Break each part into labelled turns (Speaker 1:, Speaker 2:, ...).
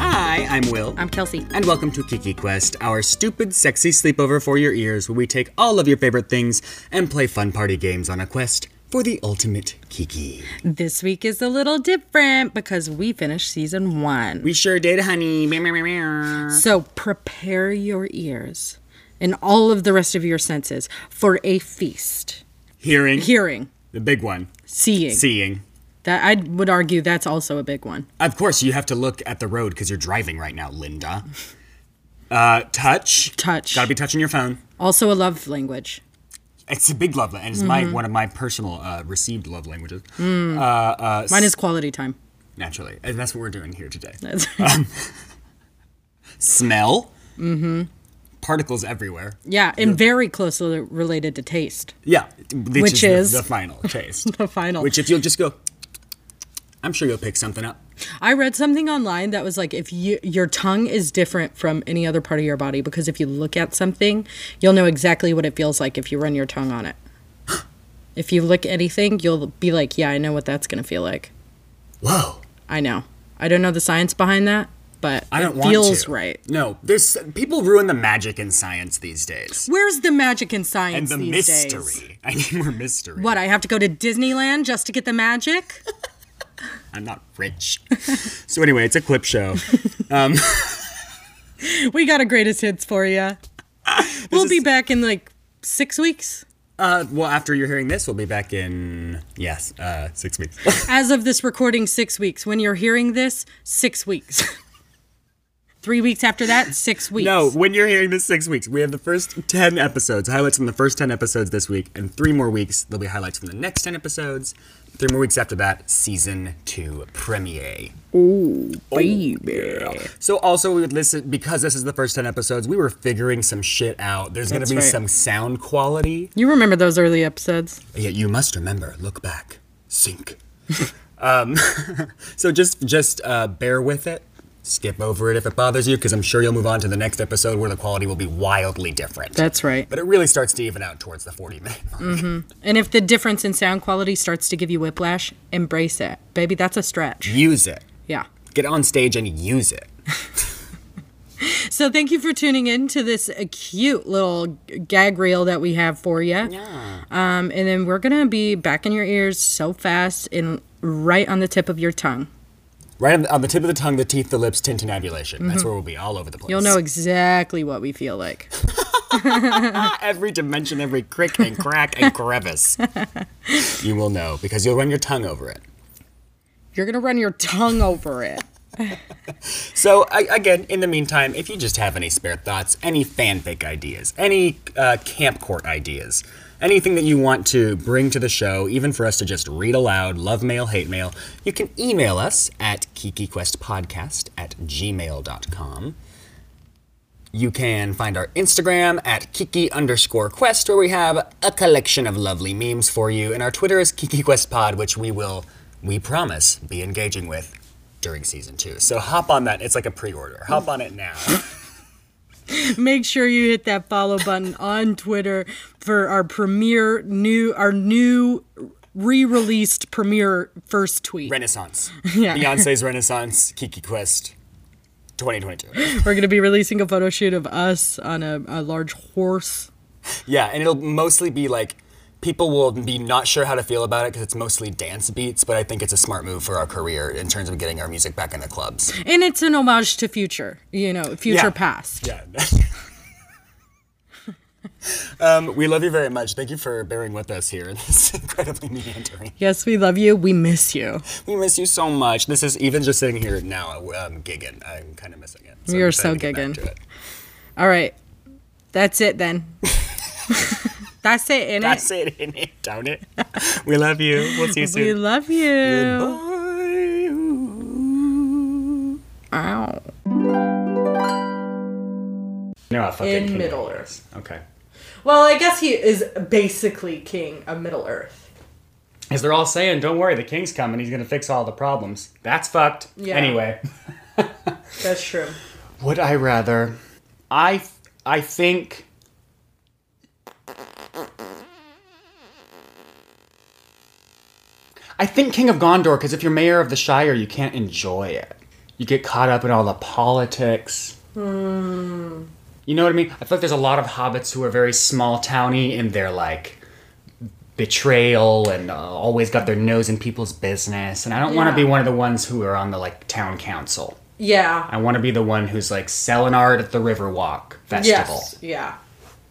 Speaker 1: I'm Will.
Speaker 2: I'm Kelsey.
Speaker 1: and welcome to Kiki Quest, our stupid, sexy sleepover for your ears, where we take all of your favorite things and play fun party games on a quest for the ultimate Kiki.
Speaker 2: This week is a little different because we finished season one.
Speaker 1: We sure did, honey. Meow, meow, meow, meow.
Speaker 2: so prepare your ears and all of the rest of your senses for a feast.
Speaker 1: Hearing,
Speaker 2: Hearing,
Speaker 1: the big one,
Speaker 2: seeing.
Speaker 1: seeing.
Speaker 2: That I would argue that's also a big one.
Speaker 1: Of course, you have to look at the road because you're driving right now, Linda. Uh, touch.
Speaker 2: Touch.
Speaker 1: Gotta be touching your phone.
Speaker 2: Also a love language.
Speaker 1: It's a big love language, and it's my one of my personal uh, received love languages. Uh,
Speaker 2: Mine is quality time.
Speaker 1: Naturally, and that's what we're doing here today.
Speaker 2: That's-
Speaker 1: Smell. Mm-hmm. Particles everywhere.
Speaker 2: yeah, and very closely related to taste.
Speaker 1: Yeah, which,
Speaker 2: Which
Speaker 1: the-
Speaker 2: is-
Speaker 1: the, final taste.
Speaker 2: The final.
Speaker 1: which, if you'll just go, I'm sure you'll pick something up.
Speaker 2: I read something online that was like if you your tongue is different from any other part of your body because if you look at something, you'll know exactly what it feels like if you run your tongue on it. if you lick anything, you'll be like, yeah, I know what that's going to feel like.
Speaker 1: Whoa!
Speaker 2: I know. I don't know the science behind that, but
Speaker 1: I
Speaker 2: it
Speaker 1: don't want
Speaker 2: feels
Speaker 1: to.
Speaker 2: right.
Speaker 1: No, there's people ruin the magic in science these days,
Speaker 2: Where's the magic in
Speaker 1: and
Speaker 2: science
Speaker 1: the
Speaker 2: these
Speaker 1: mystery.
Speaker 2: days?
Speaker 1: I need more mystery.
Speaker 2: What, I have to go to Disneyland just to get the magic?
Speaker 1: I'm not rich. so anyway, it's a clip show.
Speaker 2: we got a greatest hits for you. we'll be back in like 6 weeks.
Speaker 1: Uh, well, after you're hearing this, we'll be back in yes, uh, six weeks.
Speaker 2: As of this recording, six weeks. When you're hearing this, six weeks. Three weeks after that, six weeks.
Speaker 1: no, when you're hearing this, six weeks. We have the first ten episodes, highlights from the first ten episodes this week, and three more weeks there'll be highlights from the next ten episodes. Three more weeks after that, season two premiere. So also we would listen because this is the first ten episodes. We were figuring some shit out. There's gonna
Speaker 2: That's
Speaker 1: be
Speaker 2: right.
Speaker 1: some sound quality.
Speaker 2: You remember those early episodes?
Speaker 1: Yet you must remember, look back, sink. um, so just just uh, bear with it. Skip over it if it bothers you, because I'm sure you'll move on to the next episode where the quality will be wildly different.
Speaker 2: That's right.
Speaker 1: but it really starts to even out towards the 40 minute mark.
Speaker 2: And if the difference in sound quality starts to give you whiplash, embrace it. Baby, that's a stretch.
Speaker 1: Use it.
Speaker 2: Yeah.
Speaker 1: Get on stage and use it.
Speaker 2: So thank you for tuning in to this uh, cute little g- gag reel that we have for you. Yeah. Um, and then we're going to be back in your ears so fast and right on the tip of your tongue.
Speaker 1: Right on the, on the tip of the tongue, the teeth, the lips, tintinabulation. That's where we'll be all over the place.
Speaker 2: Mm-hmm. You'll know exactly what we feel like.
Speaker 1: every dimension, every crick and crack and crevice. you will know because you'll run your tongue over it.
Speaker 2: You're going to run your tongue over it.
Speaker 1: So I, again, in the meantime, if you just have any spare thoughts, any fanfic ideas, any uh, camp court ideas, anything that you want to bring to the show, even for us to just read aloud, love mail, hate mail, you can email us at kikiquestpodcast at gmail.com. You can find our Instagram at Kiki underscore quest, where we have a collection of lovely memes for you, and our Twitter is Kiki Quest Pod, which we will, we promise, be engaging with during season two. So hop on that. It's like a pre-order. Hop on it now.
Speaker 2: Make sure you hit that follow button on Twitter for our premiere new our new re-released premiere first tweet.
Speaker 1: Renaissance.
Speaker 2: Yeah.
Speaker 1: Beyonce's Renaissance, Kiki Quest 2022.
Speaker 2: We're going to be releasing a photo shoot of us on a, a large horse.
Speaker 1: Yeah, and it'll mostly be like people will be not sure how to feel about it because it's mostly dance beats, but I think it's a smart move for our career in terms of getting our music back in the clubs.
Speaker 2: And it's an homage to future, you know, future
Speaker 1: Yeah.
Speaker 2: past.
Speaker 1: Yeah. um, we love you very much. Thank you for bearing with us here in this incredibly meandering.
Speaker 2: Yes, we love you. We miss you.
Speaker 1: We miss you so much. This is even just sitting here now, um, gigging. I'm kind of missing it.
Speaker 2: We
Speaker 1: I'm
Speaker 2: are so
Speaker 1: excited to get back
Speaker 2: gigging.
Speaker 1: to it.
Speaker 2: All right. That's it then. That's it, innit?
Speaker 1: That's it, in it, down it. We love you. We'll see you
Speaker 2: we
Speaker 1: soon.
Speaker 2: love you.
Speaker 1: Bye.
Speaker 2: Ow.
Speaker 1: No, I fucking
Speaker 2: In
Speaker 1: hate
Speaker 2: Middle
Speaker 1: it.
Speaker 2: Earth.
Speaker 1: Okay.
Speaker 2: Well, I guess he is basically king of Middle Earth.
Speaker 1: As they're all saying, don't worry, the king's coming. He's gonna fix all the problems. That's fucked.
Speaker 2: Yeah.
Speaker 1: Anyway.
Speaker 2: That's true.
Speaker 1: Would I rather? I I think. I think King of Gondor, because if you're mayor of the Shire, you can't enjoy it. You get caught up in all the politics. You know what I mean? I feel like there's a lot of hobbits who are very small towny in their like betrayal and uh, always got their nose in people's business. And I don't want to
Speaker 2: Yeah.
Speaker 1: be one of the ones who are on the like town council.
Speaker 2: Yeah.
Speaker 1: I want to be the one who's like selling art at the Riverwalk Festival.
Speaker 2: Yes. Yeah.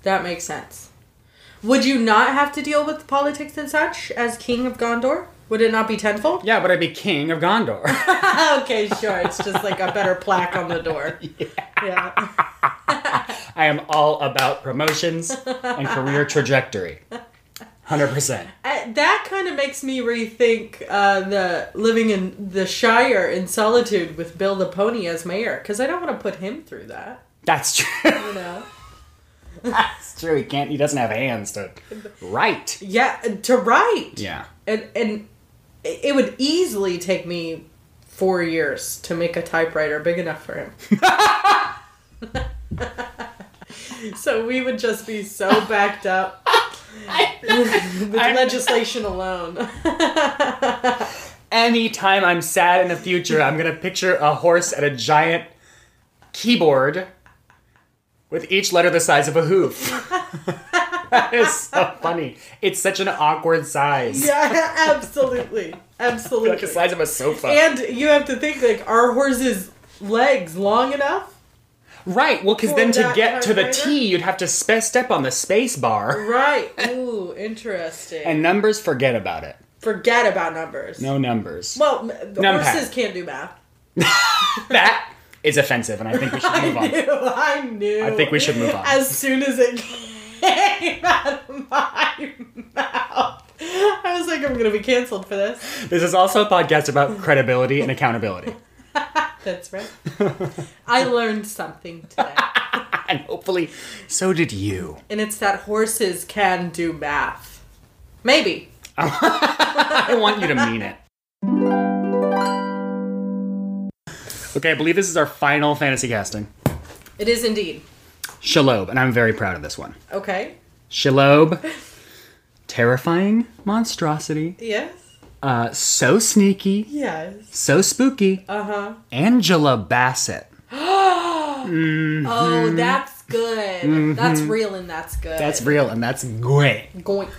Speaker 2: That makes sense. Would you not have to deal with politics and such as King of Gondor? Would it not be tenfold?
Speaker 1: Yeah, but I'd be king of Gondor.
Speaker 2: okay, sure. It's just like a better plaque on the door. Yeah.
Speaker 1: I am all about promotions and career trajectory. 100%.
Speaker 2: I- Uh, that kind of makes me rethink uh, the living in the Shire in solitude with Bill the Pony as mayor because I don't want to put him through that.
Speaker 1: That's true.
Speaker 2: You know?
Speaker 1: That's true. He can't, he doesn't have hands to write.
Speaker 2: Yeah, and to write.
Speaker 1: Yeah.
Speaker 2: And and it it would easily take me four years to make a typewriter big enough for him. so we would just be so backed up with legislation alone.
Speaker 1: Anytime I'm sad in the future, I'm going to picture a horse at a giant keyboard with each letter the size of a hoof. that is so funny. It's such an awkward size.
Speaker 2: yeah, absolutely,
Speaker 1: Like the
Speaker 2: absolutely.
Speaker 1: size of a sofa.
Speaker 2: And you have to think like our horse's legs long enough,
Speaker 1: right. Well, because then
Speaker 2: For
Speaker 1: to
Speaker 2: that
Speaker 1: get to the
Speaker 2: typewriter?
Speaker 1: T, you'd have to spe- step on the space bar.
Speaker 2: right? Ooh, interesting.
Speaker 1: And numbers, forget about it.
Speaker 2: Forget about numbers.
Speaker 1: No numbers.
Speaker 2: Well, m- the
Speaker 1: Numpad.
Speaker 2: horses can't do math.
Speaker 1: that is offensive, and I think we should move
Speaker 2: I
Speaker 1: on.
Speaker 2: knew. I knew.
Speaker 1: I think we should move on.
Speaker 2: As soon as it came out of my mouth, I was like, I'm gonna be canceled for this.
Speaker 1: This is also a podcast about credibility and accountability.
Speaker 2: That's right. I learned something today,
Speaker 1: And hopefully, so did you.
Speaker 2: and it's that horses can do math. Maybe.
Speaker 1: I want you to mean it. Okay, I believe this is our final fantasy casting.
Speaker 2: It is indeed.
Speaker 1: Shalob, and I'm very proud of this one.
Speaker 2: Okay.
Speaker 1: Shalob, terrifying monstrosity,
Speaker 2: Yes.
Speaker 1: uh, so sneaky,
Speaker 2: Yes. Uh-huh.
Speaker 1: so spooky. Uh huh. Angela Bassett.
Speaker 2: Oh, that's good. That's real and that's good.
Speaker 1: Mm-hmm. That's real, and that's great.
Speaker 2: going.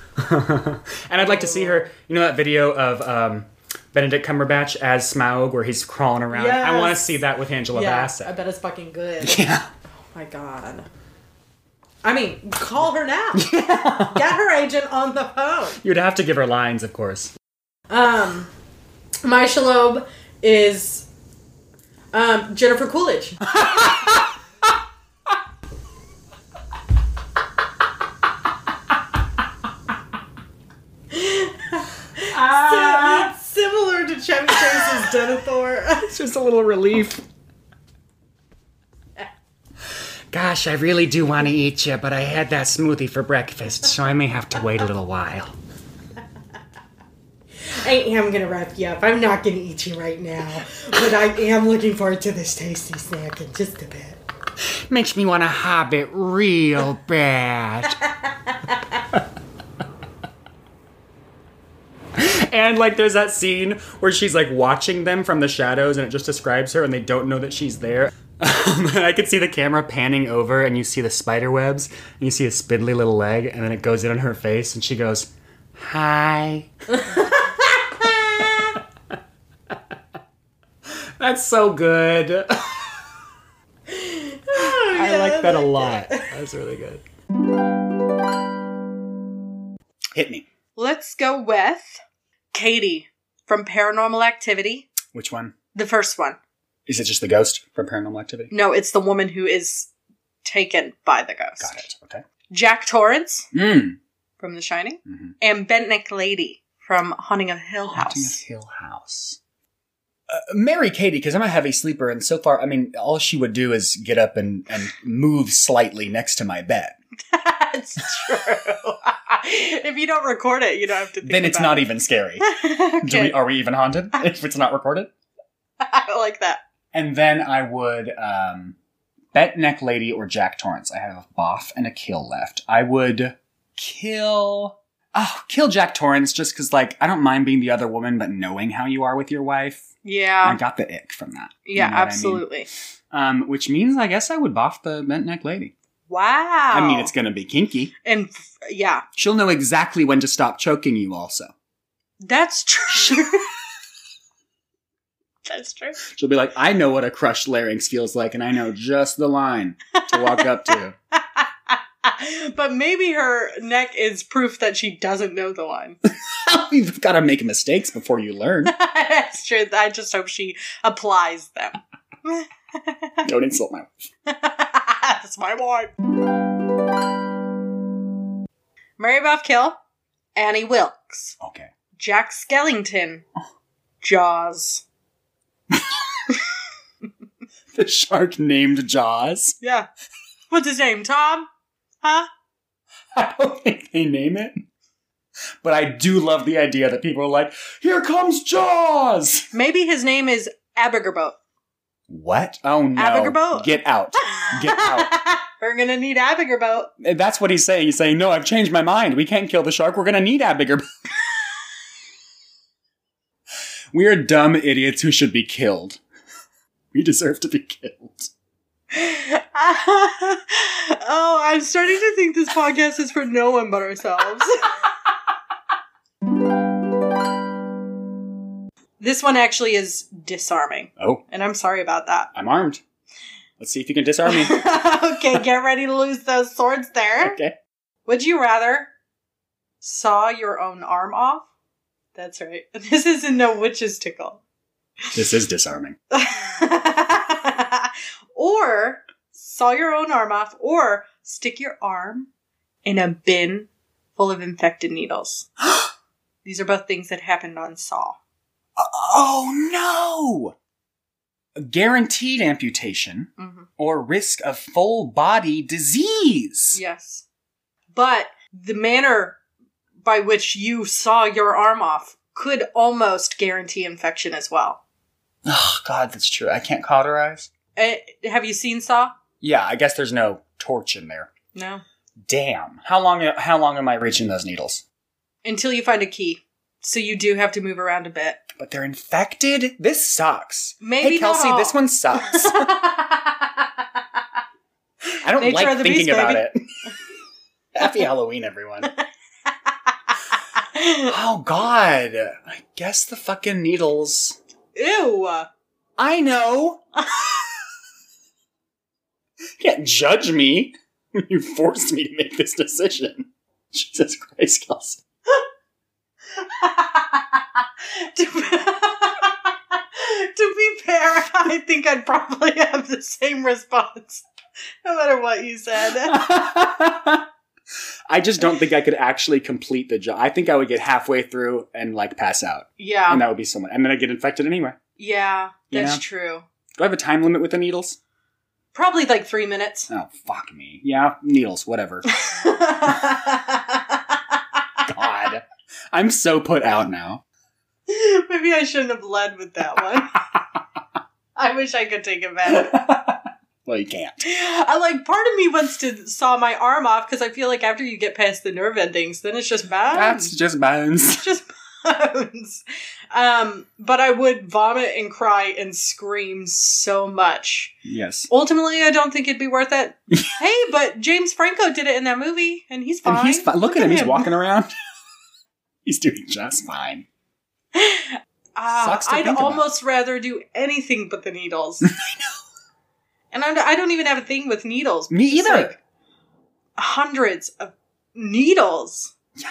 Speaker 1: And I'd like to see her. You know that video of um, Benedict Cumberbatch as Smaug, where he's crawling around. I want to
Speaker 2: Yes.
Speaker 1: see that with Angela
Speaker 2: Yeah, I
Speaker 1: Bassett.
Speaker 2: bet it's fucking good.
Speaker 1: Yeah.
Speaker 2: My God. I mean, call her now. Get her agent on the phone.
Speaker 1: You'd have to give her lines, of course.
Speaker 2: Um, my shalob is um, Jennifer Coolidge. It's Similar to Chevy Chase's Denethor.
Speaker 1: It's just a little relief. Gosh, I really do want to eat you, but I had that smoothie for breakfast, so I may have to wait a little while.
Speaker 2: I am gonna wrap you up. I'm not gonna eat you right now, but I am looking forward to this tasty snack in just a bit.
Speaker 1: Makes me want to hobbit real bad. and like there's that scene where she's like watching them from the shadows and it just describes her and they don't know that she's there. and I could see the camera panning over and you see the spider webs and you see a spindly little leg and then it goes in on her face and she goes, "Hi." That's so good. I like that a lot. That's really good. Hit me.
Speaker 2: Let's go with Katie from Paranormal Activity.
Speaker 1: Which one?
Speaker 2: The first one.
Speaker 1: Is it just the ghost from Paranormal Activity?
Speaker 2: No, it's the woman who is taken by the ghost.
Speaker 1: Got it. Okay.
Speaker 2: Jack Torrance
Speaker 1: Mm.
Speaker 2: from The Shining
Speaker 1: Mhm.
Speaker 2: and Bentnick Lady from Haunting of Hill
Speaker 1: Haunting of
Speaker 2: House.
Speaker 1: Hill House. Uh, Mary Katie, because I'm a heavy sleeper, and so far, I mean, all she would do is get up and, and move slightly next to my bed.
Speaker 2: That's true. if you don't record it, you don't have to think
Speaker 1: Then it's
Speaker 2: about
Speaker 1: not even scary.
Speaker 2: it.
Speaker 1: Do we,
Speaker 2: okay.
Speaker 1: are we even haunted if it's not recorded?
Speaker 2: I like that.
Speaker 1: And then I would um, bet neck lady or Jack Torrance. I have a boff and a kill left. I would kill. oh, kill Jack Torrance just because, like, I don't mind being the other woman, but knowing how you are with your wife, I
Speaker 3: Yeah.
Speaker 1: got the ick from that. You know
Speaker 3: Yeah,
Speaker 1: what I mean?
Speaker 3: absolutely.
Speaker 1: Um, which means I guess I would boff the bent neck lady.
Speaker 3: Wow.
Speaker 1: I mean, it's gonna be kinky.
Speaker 3: and f- yeah,
Speaker 1: She'll know exactly when to stop choking you. Also,
Speaker 3: that's true. that's true.
Speaker 1: she'll be like, I know what a crushed larynx feels like, and I know just the line to walk up to.
Speaker 3: but maybe her neck is proof that she doesn't know the line.
Speaker 1: You've got to make mistakes before you learn.
Speaker 3: That's true. I just hope she applies them.
Speaker 1: Don't insult my.
Speaker 3: That's my wife. Mary Beth Kill, Annie Wilkes,
Speaker 1: Okay.
Speaker 3: Jack Skellington, Jaws.
Speaker 1: The shark named Jaws.
Speaker 3: Yeah. What's his name? Tom? Huh?
Speaker 1: I don't think they name it, but I do love the idea that people are like, "Here comes Jaws."
Speaker 3: Maybe his name is Abergerboat.
Speaker 1: What? Oh no!
Speaker 3: Abigail.
Speaker 1: Get out! Get out!
Speaker 3: We're gonna need Abergerboat.
Speaker 1: And That's what he's saying. He's saying, "No, I've changed my mind. We can't kill the shark. We're gonna need Abigail." we are dumb idiots who should be killed. We deserve to be killed.
Speaker 3: oh, I'm starting to think this podcast is for no one but ourselves. this one actually is disarming,
Speaker 1: Oh,
Speaker 3: and I'm sorry about that.
Speaker 1: I'm armed. Let's see if you can disarm me.
Speaker 3: okay, get ready to lose those swords there.
Speaker 1: Okay.
Speaker 3: Would you rather saw your own arm off? That's right. This isn't no witch's tickle.
Speaker 1: This is disarming.
Speaker 3: or saw your own arm off, or stick your arm in a bin full of infected needles. These are both things that happened on Saw.
Speaker 1: Oh no! Guaranteed amputation
Speaker 3: hmm
Speaker 1: or risk of full body disease.
Speaker 3: Yes. But the manner by which you saw your arm off could almost guarantee infection as well.
Speaker 1: Oh god, that's true. I can't cauterize.
Speaker 3: Eh, have you seen Saw?
Speaker 1: Yeah, I guess there's no torch in there.
Speaker 3: No.
Speaker 1: Damn. How long how long am I reaching those needles?
Speaker 3: Until you find a key. So you do have to move around a bit.
Speaker 1: But they're infected? This sucks.
Speaker 3: Maybe
Speaker 1: hey Kelsey,
Speaker 3: not all.
Speaker 1: this one sucks. I don't
Speaker 3: Nature
Speaker 1: like
Speaker 3: of the
Speaker 1: thinking
Speaker 3: beast,
Speaker 1: about it. Happy Halloween, everyone. Oh god. I guess the fucking needles.
Speaker 3: Ew.
Speaker 1: I know. you can't judge me. You forced me to make this decision. Jesus Christ, Kelsey.
Speaker 3: to, to be fair, I think I'd probably have the same response, no matter what you said.
Speaker 1: I just don't think I could actually complete the job. I think I would get halfway through and like pass out, and
Speaker 3: Yeah,
Speaker 1: that would be so much. And then I get infected anyway.
Speaker 3: yeah,
Speaker 1: You
Speaker 3: that's
Speaker 1: know?
Speaker 3: true.
Speaker 1: Do I have a time limit with the needles?
Speaker 3: Probably like three minutes.
Speaker 1: Oh fuck me. Yeah, needles. Whatever. God, I'm so put out now.
Speaker 3: Maybe I shouldn't have led with that one. I wish I could take it back.
Speaker 1: Well, you can't.
Speaker 3: I like part of me wants to saw my arm off because I feel like after you get past the nerve endings, then it's just bad.
Speaker 1: That's just bones.
Speaker 3: just bones. Um, but I would vomit and cry and scream so much.
Speaker 1: Yes.
Speaker 3: Ultimately, I don't think it'd be worth it. hey, but James Franco did it in that movie, and he's fine.
Speaker 1: And he's fi- look at him. He's walking around. he's doing just fine.
Speaker 3: Ah,
Speaker 1: Sucks to
Speaker 3: I'd
Speaker 1: think about.
Speaker 3: almost rather do anything but the needles. I know. And I'm, I don't even have a thing with needles.
Speaker 1: Me
Speaker 3: Just,
Speaker 1: either.
Speaker 3: like, hundreds of needles.
Speaker 1: Yeah.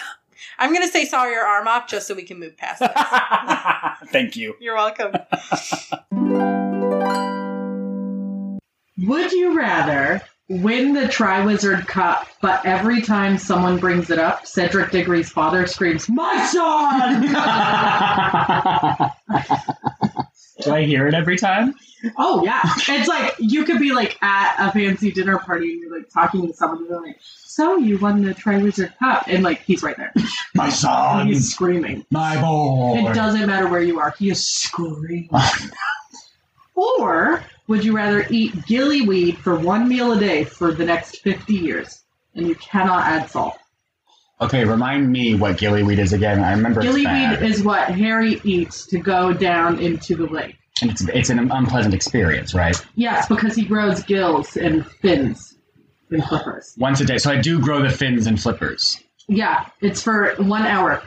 Speaker 3: I'm gonna say saw your arm off just so we can move past it.
Speaker 1: Thank you.
Speaker 3: You're welcome.
Speaker 4: Would you rather win the Triwizard Cup, but every time someone brings it up, Cedric Diggory's father screams, My son!
Speaker 5: Do I hear it every time?
Speaker 4: oh, yeah. It's like you could be like at a fancy dinner party and you're like talking to someone and they're like, So you won the Triwizard Cup. And like he's right there.
Speaker 5: My
Speaker 4: And
Speaker 5: son,
Speaker 4: he's screaming.
Speaker 5: my boy.
Speaker 4: It doesn't matter where you are, he is screaming. or would you rather eat gillyweed for one meal a day for the next 50 years and you cannot add salt?
Speaker 1: Okay, remind me what gillyweed is again. I remember it's
Speaker 4: Gillyweed
Speaker 1: bad.
Speaker 4: is what Harry eats to go down into the lake.
Speaker 1: And it's, it's an unpleasant experience, right?
Speaker 4: Yes, because he grows gills and fins and flippers.
Speaker 1: Once a day. So I do grow the fins and flippers.
Speaker 4: Yeah, it's for one hour.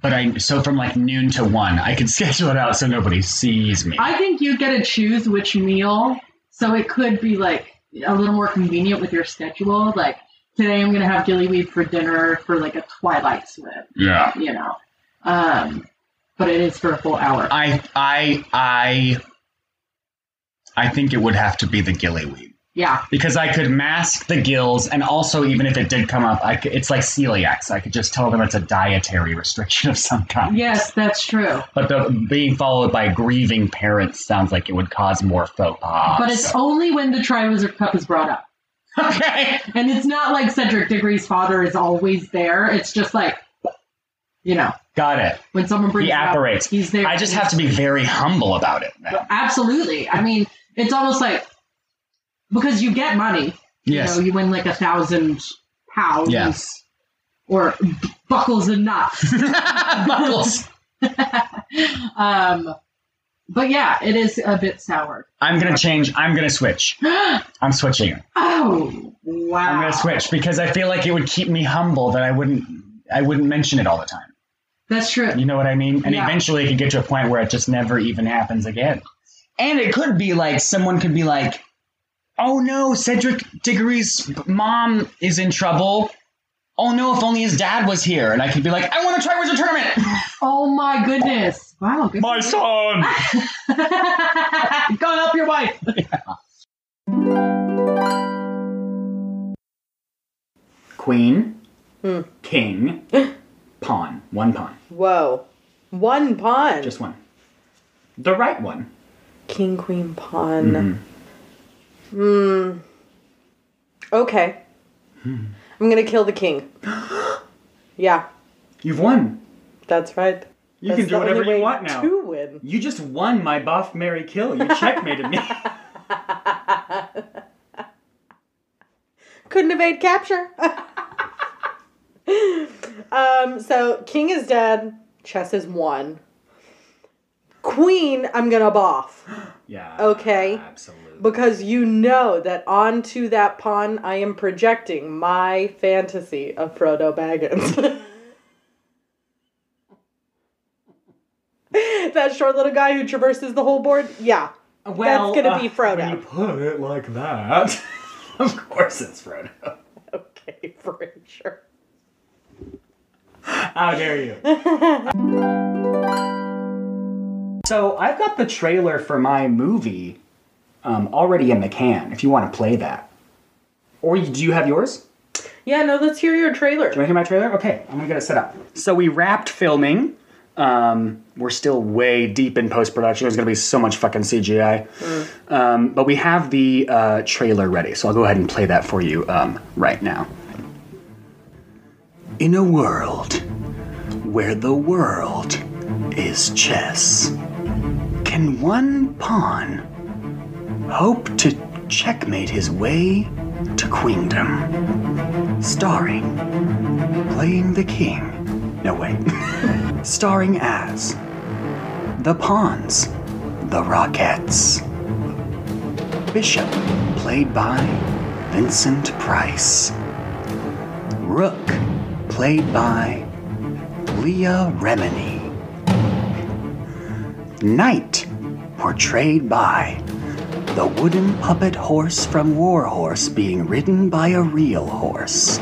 Speaker 1: But I so from like noon to one, I can schedule it out so nobody sees me.
Speaker 4: I think you get to choose which meal, so it could be like a little more convenient with your schedule. Like today, I'm gonna have gillyweed for dinner for like a twilight swim,
Speaker 1: yeah.
Speaker 4: you know. Um, but it is for a full hour.
Speaker 1: I I I I think it would have to be the gillyweed
Speaker 4: Yeah,
Speaker 1: because I could mask the gills, and also even if it did come up, I could, it's like celiac, so I could just tell them it's a dietary restriction of some kind.
Speaker 4: yes, that's true.
Speaker 1: But the being followed by grieving parents sounds like it would cause more faux pas.
Speaker 4: But it's only when the Triwizard Cup is brought up.
Speaker 1: okay.
Speaker 4: And it's not like Cedric Diggory's father is always there. It's just like, you know,
Speaker 1: Got it.
Speaker 4: when someone brings
Speaker 1: He
Speaker 4: it up,
Speaker 1: apparates.
Speaker 4: he's there.
Speaker 1: I just have to be very humble about it. Then.
Speaker 4: Absolutely. I mean, it's almost like because you get money.
Speaker 1: Yes.
Speaker 4: You know, you win like a thousand pounds.
Speaker 1: Yeah.
Speaker 4: Or buckles and knots.
Speaker 1: Buckles.
Speaker 4: um, but yeah, it is a bit sour.
Speaker 1: I'm gonna change. I'm gonna switch. I'm switching.
Speaker 4: Oh wow!
Speaker 1: I'm gonna switch because I feel like it would keep me humble that I wouldn't. I wouldn't mention it all the time.
Speaker 4: That's true.
Speaker 1: You know what I mean? And
Speaker 4: Yeah.
Speaker 1: eventually it could get to a point where it just never even happens again. And it could be like someone could be like, oh no, Cedric Diggory's mom is in trouble. Oh no, if only his dad was here. And I could be like, I want to try Wizard Tournament!
Speaker 4: Oh my goodness! Wow. Good.
Speaker 1: My son!
Speaker 4: Go help your wife.
Speaker 1: Queen,
Speaker 6: Hmm.
Speaker 1: king, pawn. One pawn.
Speaker 6: Whoa. One pawn.
Speaker 1: Just one. The right one.
Speaker 6: King, queen, pawn. Hmm.
Speaker 1: Mm-hmm.
Speaker 6: Okay.
Speaker 1: Hmm.
Speaker 6: I'm going to kill the king. yeah,
Speaker 1: You've won.
Speaker 6: that's right.
Speaker 1: You
Speaker 6: That's
Speaker 1: can do
Speaker 6: the
Speaker 1: whatever
Speaker 6: only
Speaker 1: you
Speaker 6: way
Speaker 1: want now.
Speaker 6: To win.
Speaker 1: You just won my buff Mary Kill. You checkmated me.
Speaker 6: Couldn't evade capture. um, so king is dead. Chess is won. Queen, I'm going to boff.
Speaker 1: Yeah.
Speaker 6: Okay.
Speaker 1: Ah, Absolutely.
Speaker 6: because you know that onto that pawn I am projecting my fantasy of Frodo Baggins. that short little guy who traverses the whole board? Yeah. That's gonna be Frodo.
Speaker 1: uh, When you put it like that, of course it's Frodo.
Speaker 6: Okay, for sure.
Speaker 1: How dare you? so I've got the trailer for my movie um, already in the can. If you want to play that, or you- do you have yours?
Speaker 6: Yeah, no, let's hear your trailer.
Speaker 1: Do you want to hear my trailer? Okay, I'm gonna get it set up. So we wrapped filming. Um, we're still way deep in post production. There's gonna be so much fucking CGI. Um, but we have the uh, trailer ready, so I'll go ahead and play that for you um, right now. In a world where the world is chess, can one pawn hope to checkmate his way to queendom? starring playing the king no wait starring as the pawns the rockettes bishop played by vincent price rook played by leah remini knight portrayed by the wooden puppet horse from War Horse being ridden by a real horse.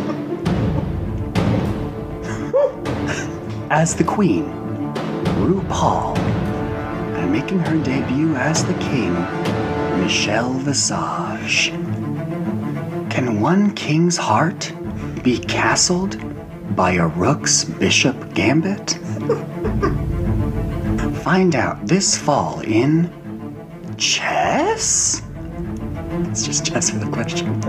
Speaker 1: as the Queen, RuPaul, and making her debut as the King, Michelle Visage. Can one king's heart be castled by a rook's bishop gambit? Find out this fall in chess? It's just chess with a question.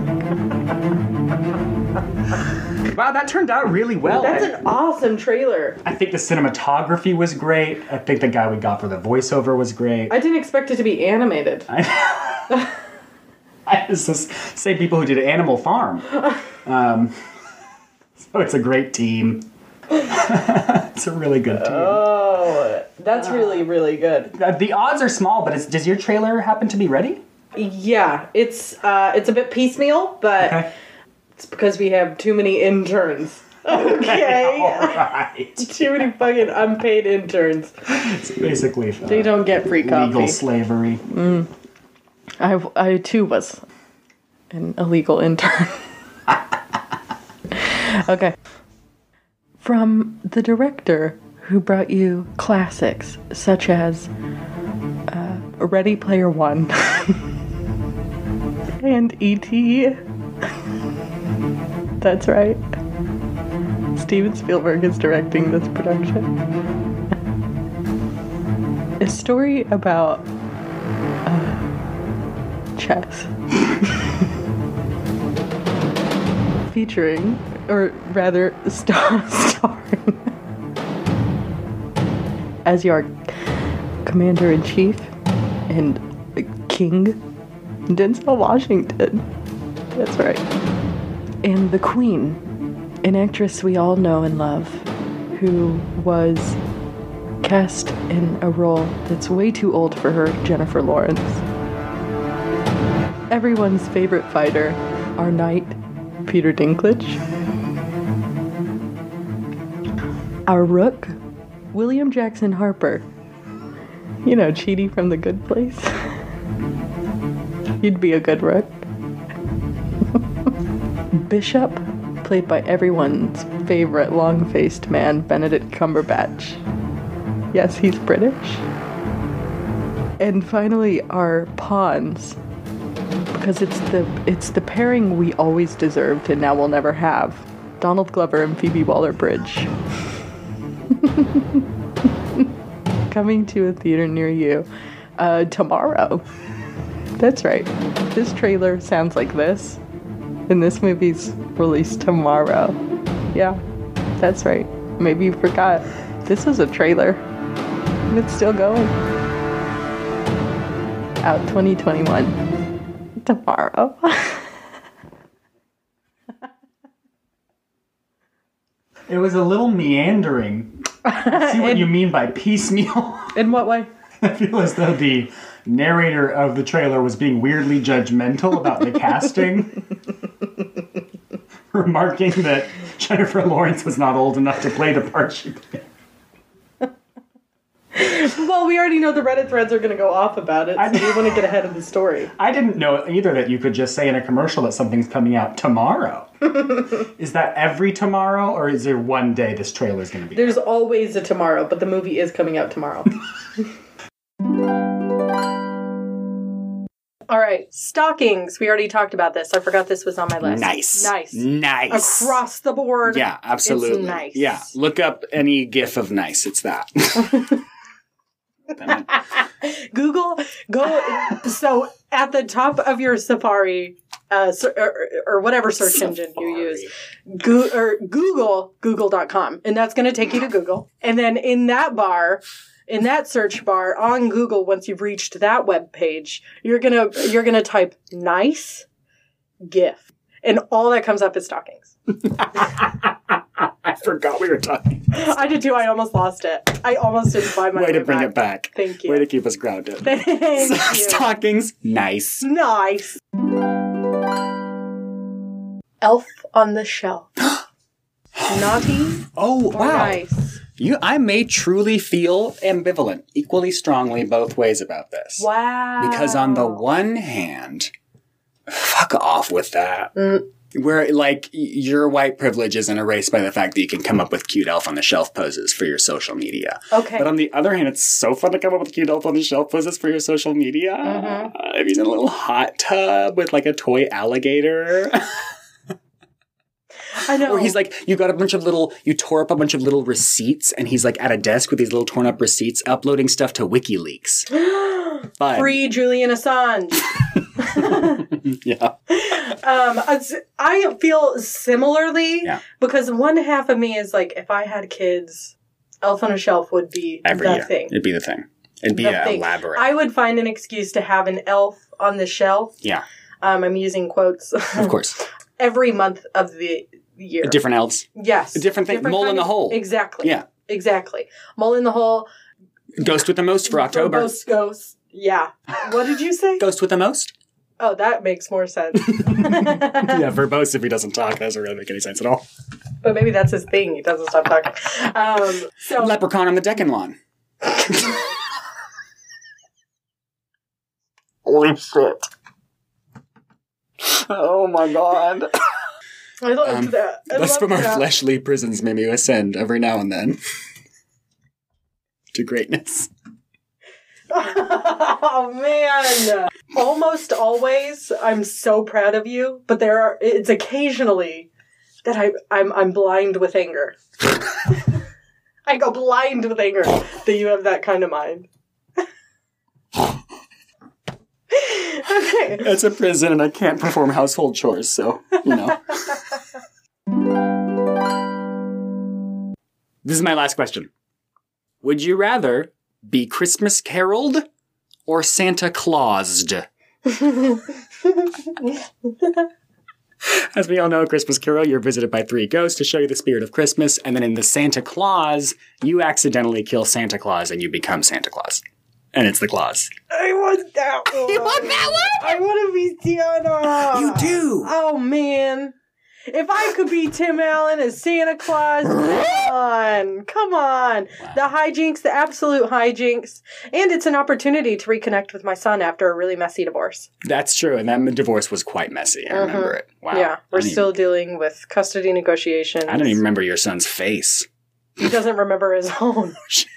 Speaker 1: wow, that turned out really well.
Speaker 6: That's an awesome trailer.
Speaker 1: I think the cinematography was great. I think the guy we got for the voiceover was great.
Speaker 6: I didn't expect it to be animated.
Speaker 1: I, it's the s- same people who did Animal Farm. Um, So it's a great team. it's a really good team.
Speaker 3: Oh, that's really, really good.
Speaker 1: Uh, the odds are small, but it's, does your trailer happen to be ready?
Speaker 3: Yeah, it's uh, it's a bit piecemeal, but
Speaker 1: Okay.
Speaker 3: it's because we have too many interns. Okay,
Speaker 1: All right.
Speaker 3: too many fucking unpaid interns.
Speaker 1: It's basically uh,
Speaker 3: They don't get free coffee.
Speaker 1: legal slavery.
Speaker 3: I, I too was an illegal intern. okay. From the director who brought you classics such as uh, Ready Player One and E.T. That's right. Steven Spielberg is directing this production. A story about chess. Featuring, or rather, star- starring as your commander in chief and king, Denzel Washington. That's right. And the queen, an actress we all know and love, who was cast in a role that's way too old for her, Jennifer Lawrence everyone's favorite fighter, our knight, Peter Dinklage. Our rook, William Jackson Harper. You know, Cheaty from The Good Place. You'd be a good rook. Bishop, played by everyone's favorite long faced man, Benedict Cumberbatch. Yes, he's British. And finally, our pawns, because it's the it's the pairing we always deserved and now we'll never have. Donald Glover and Phoebe Waller-Bridge. Coming to a theater near you uh, tomorrow. That's right. This trailer sounds like this, and this movie's released tomorrow. Yeah, that's right. Maybe you forgot. This is a trailer. And It's still going. Out 2021 tomorrow.
Speaker 1: It was a little meandering. I see what you mean by piecemeal.
Speaker 3: In what way?
Speaker 1: I feel as though the narrator of the trailer was being weirdly judgmental about the casting, remarking that Jennifer Lawrence was not old enough to play the part she played.
Speaker 3: Well, we already know the Reddit threads are going to go off about it, so we want to get ahead of the story.
Speaker 1: I didn't know either that you could just say in a commercial that something's coming out tomorrow. is that every tomorrow, or is there one day this trailer is going to be?
Speaker 3: There's always a tomorrow, but the movie is coming out tomorrow. All right, stockings. We already talked about this. I forgot this was on my list.
Speaker 1: Nice.
Speaker 3: Nice.
Speaker 1: Nice.
Speaker 3: Across the board.
Speaker 1: Yeah, absolutely.
Speaker 3: It's nice.
Speaker 1: Yeah, look up any gif of nice. It's that.
Speaker 3: Google, go. so at the top of your Safari uh, ser- or, or whatever search engine you use, Go- or Google Google.com, and that's going to take you to Google. And then in that bar, in that search bar on Google, once you've reached that web page, you're gonna you're gonna type nice GIF, and all that comes up is stockings.
Speaker 1: I forgot we were talking.
Speaker 3: I did too. I almost lost it. I almost didn't find my
Speaker 1: Way
Speaker 3: way
Speaker 1: to bring it back.
Speaker 3: Thank you.
Speaker 1: Way to keep us grounded.
Speaker 3: Thank you.
Speaker 1: Stockings, nice.
Speaker 3: Nice. Elf on the Shelf. Naughty
Speaker 1: Oh
Speaker 3: or
Speaker 1: wow!
Speaker 3: nice?
Speaker 1: You, I may truly feel ambivalent, equally strongly both ways about this.
Speaker 3: Wow.
Speaker 1: Because on the one hand, fuck off with that.
Speaker 3: Mm.
Speaker 1: Where like y- your white privilege isn't erased by the fact that you can come up with cute elf on the shelf poses for your social media.
Speaker 3: Okay.
Speaker 1: But on the other hand, it's so fun to come up with cute elf on the shelf poses for your social media.
Speaker 3: Mm-hmm.
Speaker 1: I mean, a little hot tub with like a toy alligator.
Speaker 3: I know.
Speaker 1: Or he's like, you got a bunch of little, you tore up a bunch of little receipts, and he's like at a desk with these little torn up receipts, uploading stuff to WikiLeaks. Fun.
Speaker 3: free Julian Assange.
Speaker 1: Yeah.
Speaker 3: Um, it's- I feel similarly
Speaker 1: Yeah.
Speaker 3: because one half of me is like, if I had kids, Elf on a Shelf would be
Speaker 1: Every
Speaker 3: the
Speaker 1: year.
Speaker 3: thing.
Speaker 1: It'd be the thing. It'd be
Speaker 3: The
Speaker 1: uh,
Speaker 3: thing.
Speaker 1: elaborate.
Speaker 3: I would find an excuse to have an elf on the shelf.
Speaker 1: yeah,
Speaker 3: Um, I'm using quotes.
Speaker 1: of course.
Speaker 3: every month of the
Speaker 6: the year.
Speaker 1: Different elves.
Speaker 6: yes.
Speaker 1: a different thing. Mole
Speaker 6: kind
Speaker 1: in the
Speaker 6: of-
Speaker 1: hole.
Speaker 6: Exactly.
Speaker 1: Yeah.
Speaker 6: Exactly. Mole in the hole.
Speaker 1: Ghost with the most for October.
Speaker 6: Ghost, ghost. Yeah. What did you say?
Speaker 1: Ghost with the most?
Speaker 6: Oh, that makes more sense.
Speaker 1: Yeah, verbose if he doesn't talk. That doesn't really make any sense at all.
Speaker 6: But maybe that's his thing. He doesn't stop talking. Um, so
Speaker 1: Leprechaun on the Deccan lawn.
Speaker 7: Holy shit. Oh my god.
Speaker 6: I love
Speaker 1: Um,
Speaker 6: that. I
Speaker 1: Thus
Speaker 6: love
Speaker 1: from our
Speaker 6: that.
Speaker 1: fleshly prisons may we ascend every now and then to greatness.
Speaker 6: oh man! Almost always, I'm so proud of you. But there are it's occasionally that I I'm I'm blind with anger. I go blind with anger that you have that kind of mind. okay.
Speaker 1: It's a prison and I can't perform household chores, so, you know. this is my last question. Would you rather be Christmas caroled or Santa Claused? As we all know, Christmas Carol, you're visited by three ghosts to show you the spirit of Christmas, and then in the Santa Claus, you accidentally kill Santa Claus and you become Santa Claus. And it's the Claus.
Speaker 6: I want that one. You want that one? I want to be Tiana.
Speaker 1: You do!
Speaker 6: Oh man. If I could be Tim Allen as Santa Claus, come on, come on. The hijinks, the absolute hijinks. And it's an opportunity to reconnect with my son after a really messy divorce.
Speaker 1: That's true, and that divorce was quite messy. I remember it. Wow.
Speaker 6: Mm-hmm. Yeah,
Speaker 1: Ah, I
Speaker 6: we're
Speaker 1: don't even-
Speaker 6: still dealing with custody negotiations.
Speaker 1: I don't even remember your son's face.
Speaker 6: He doesn't remember his own.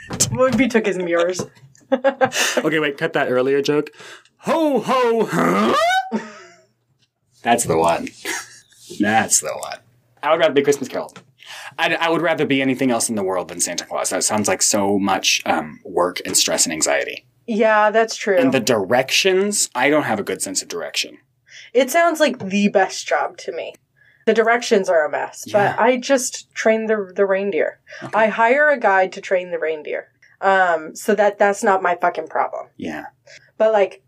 Speaker 1: Oh,
Speaker 6: well, he took his mirrors.
Speaker 1: Okay, wait, cut that earlier joke. Ho ho huh? That's the one. That's the one. I would rather be Christmas Carol. I'd, I would rather be anything else in the world than Santa Claus. That sounds like so much um, work and stress and anxiety.
Speaker 6: Yeah, that's true.
Speaker 1: And the directions, I don't have a good sense of direction.
Speaker 6: It sounds like the best job to me. The directions are a mess,
Speaker 1: Yeah.
Speaker 6: but I just train the the reindeer. I hire a guide to train the reindeer, um, so that that's not my fucking problem.
Speaker 1: Yeah.
Speaker 6: But like,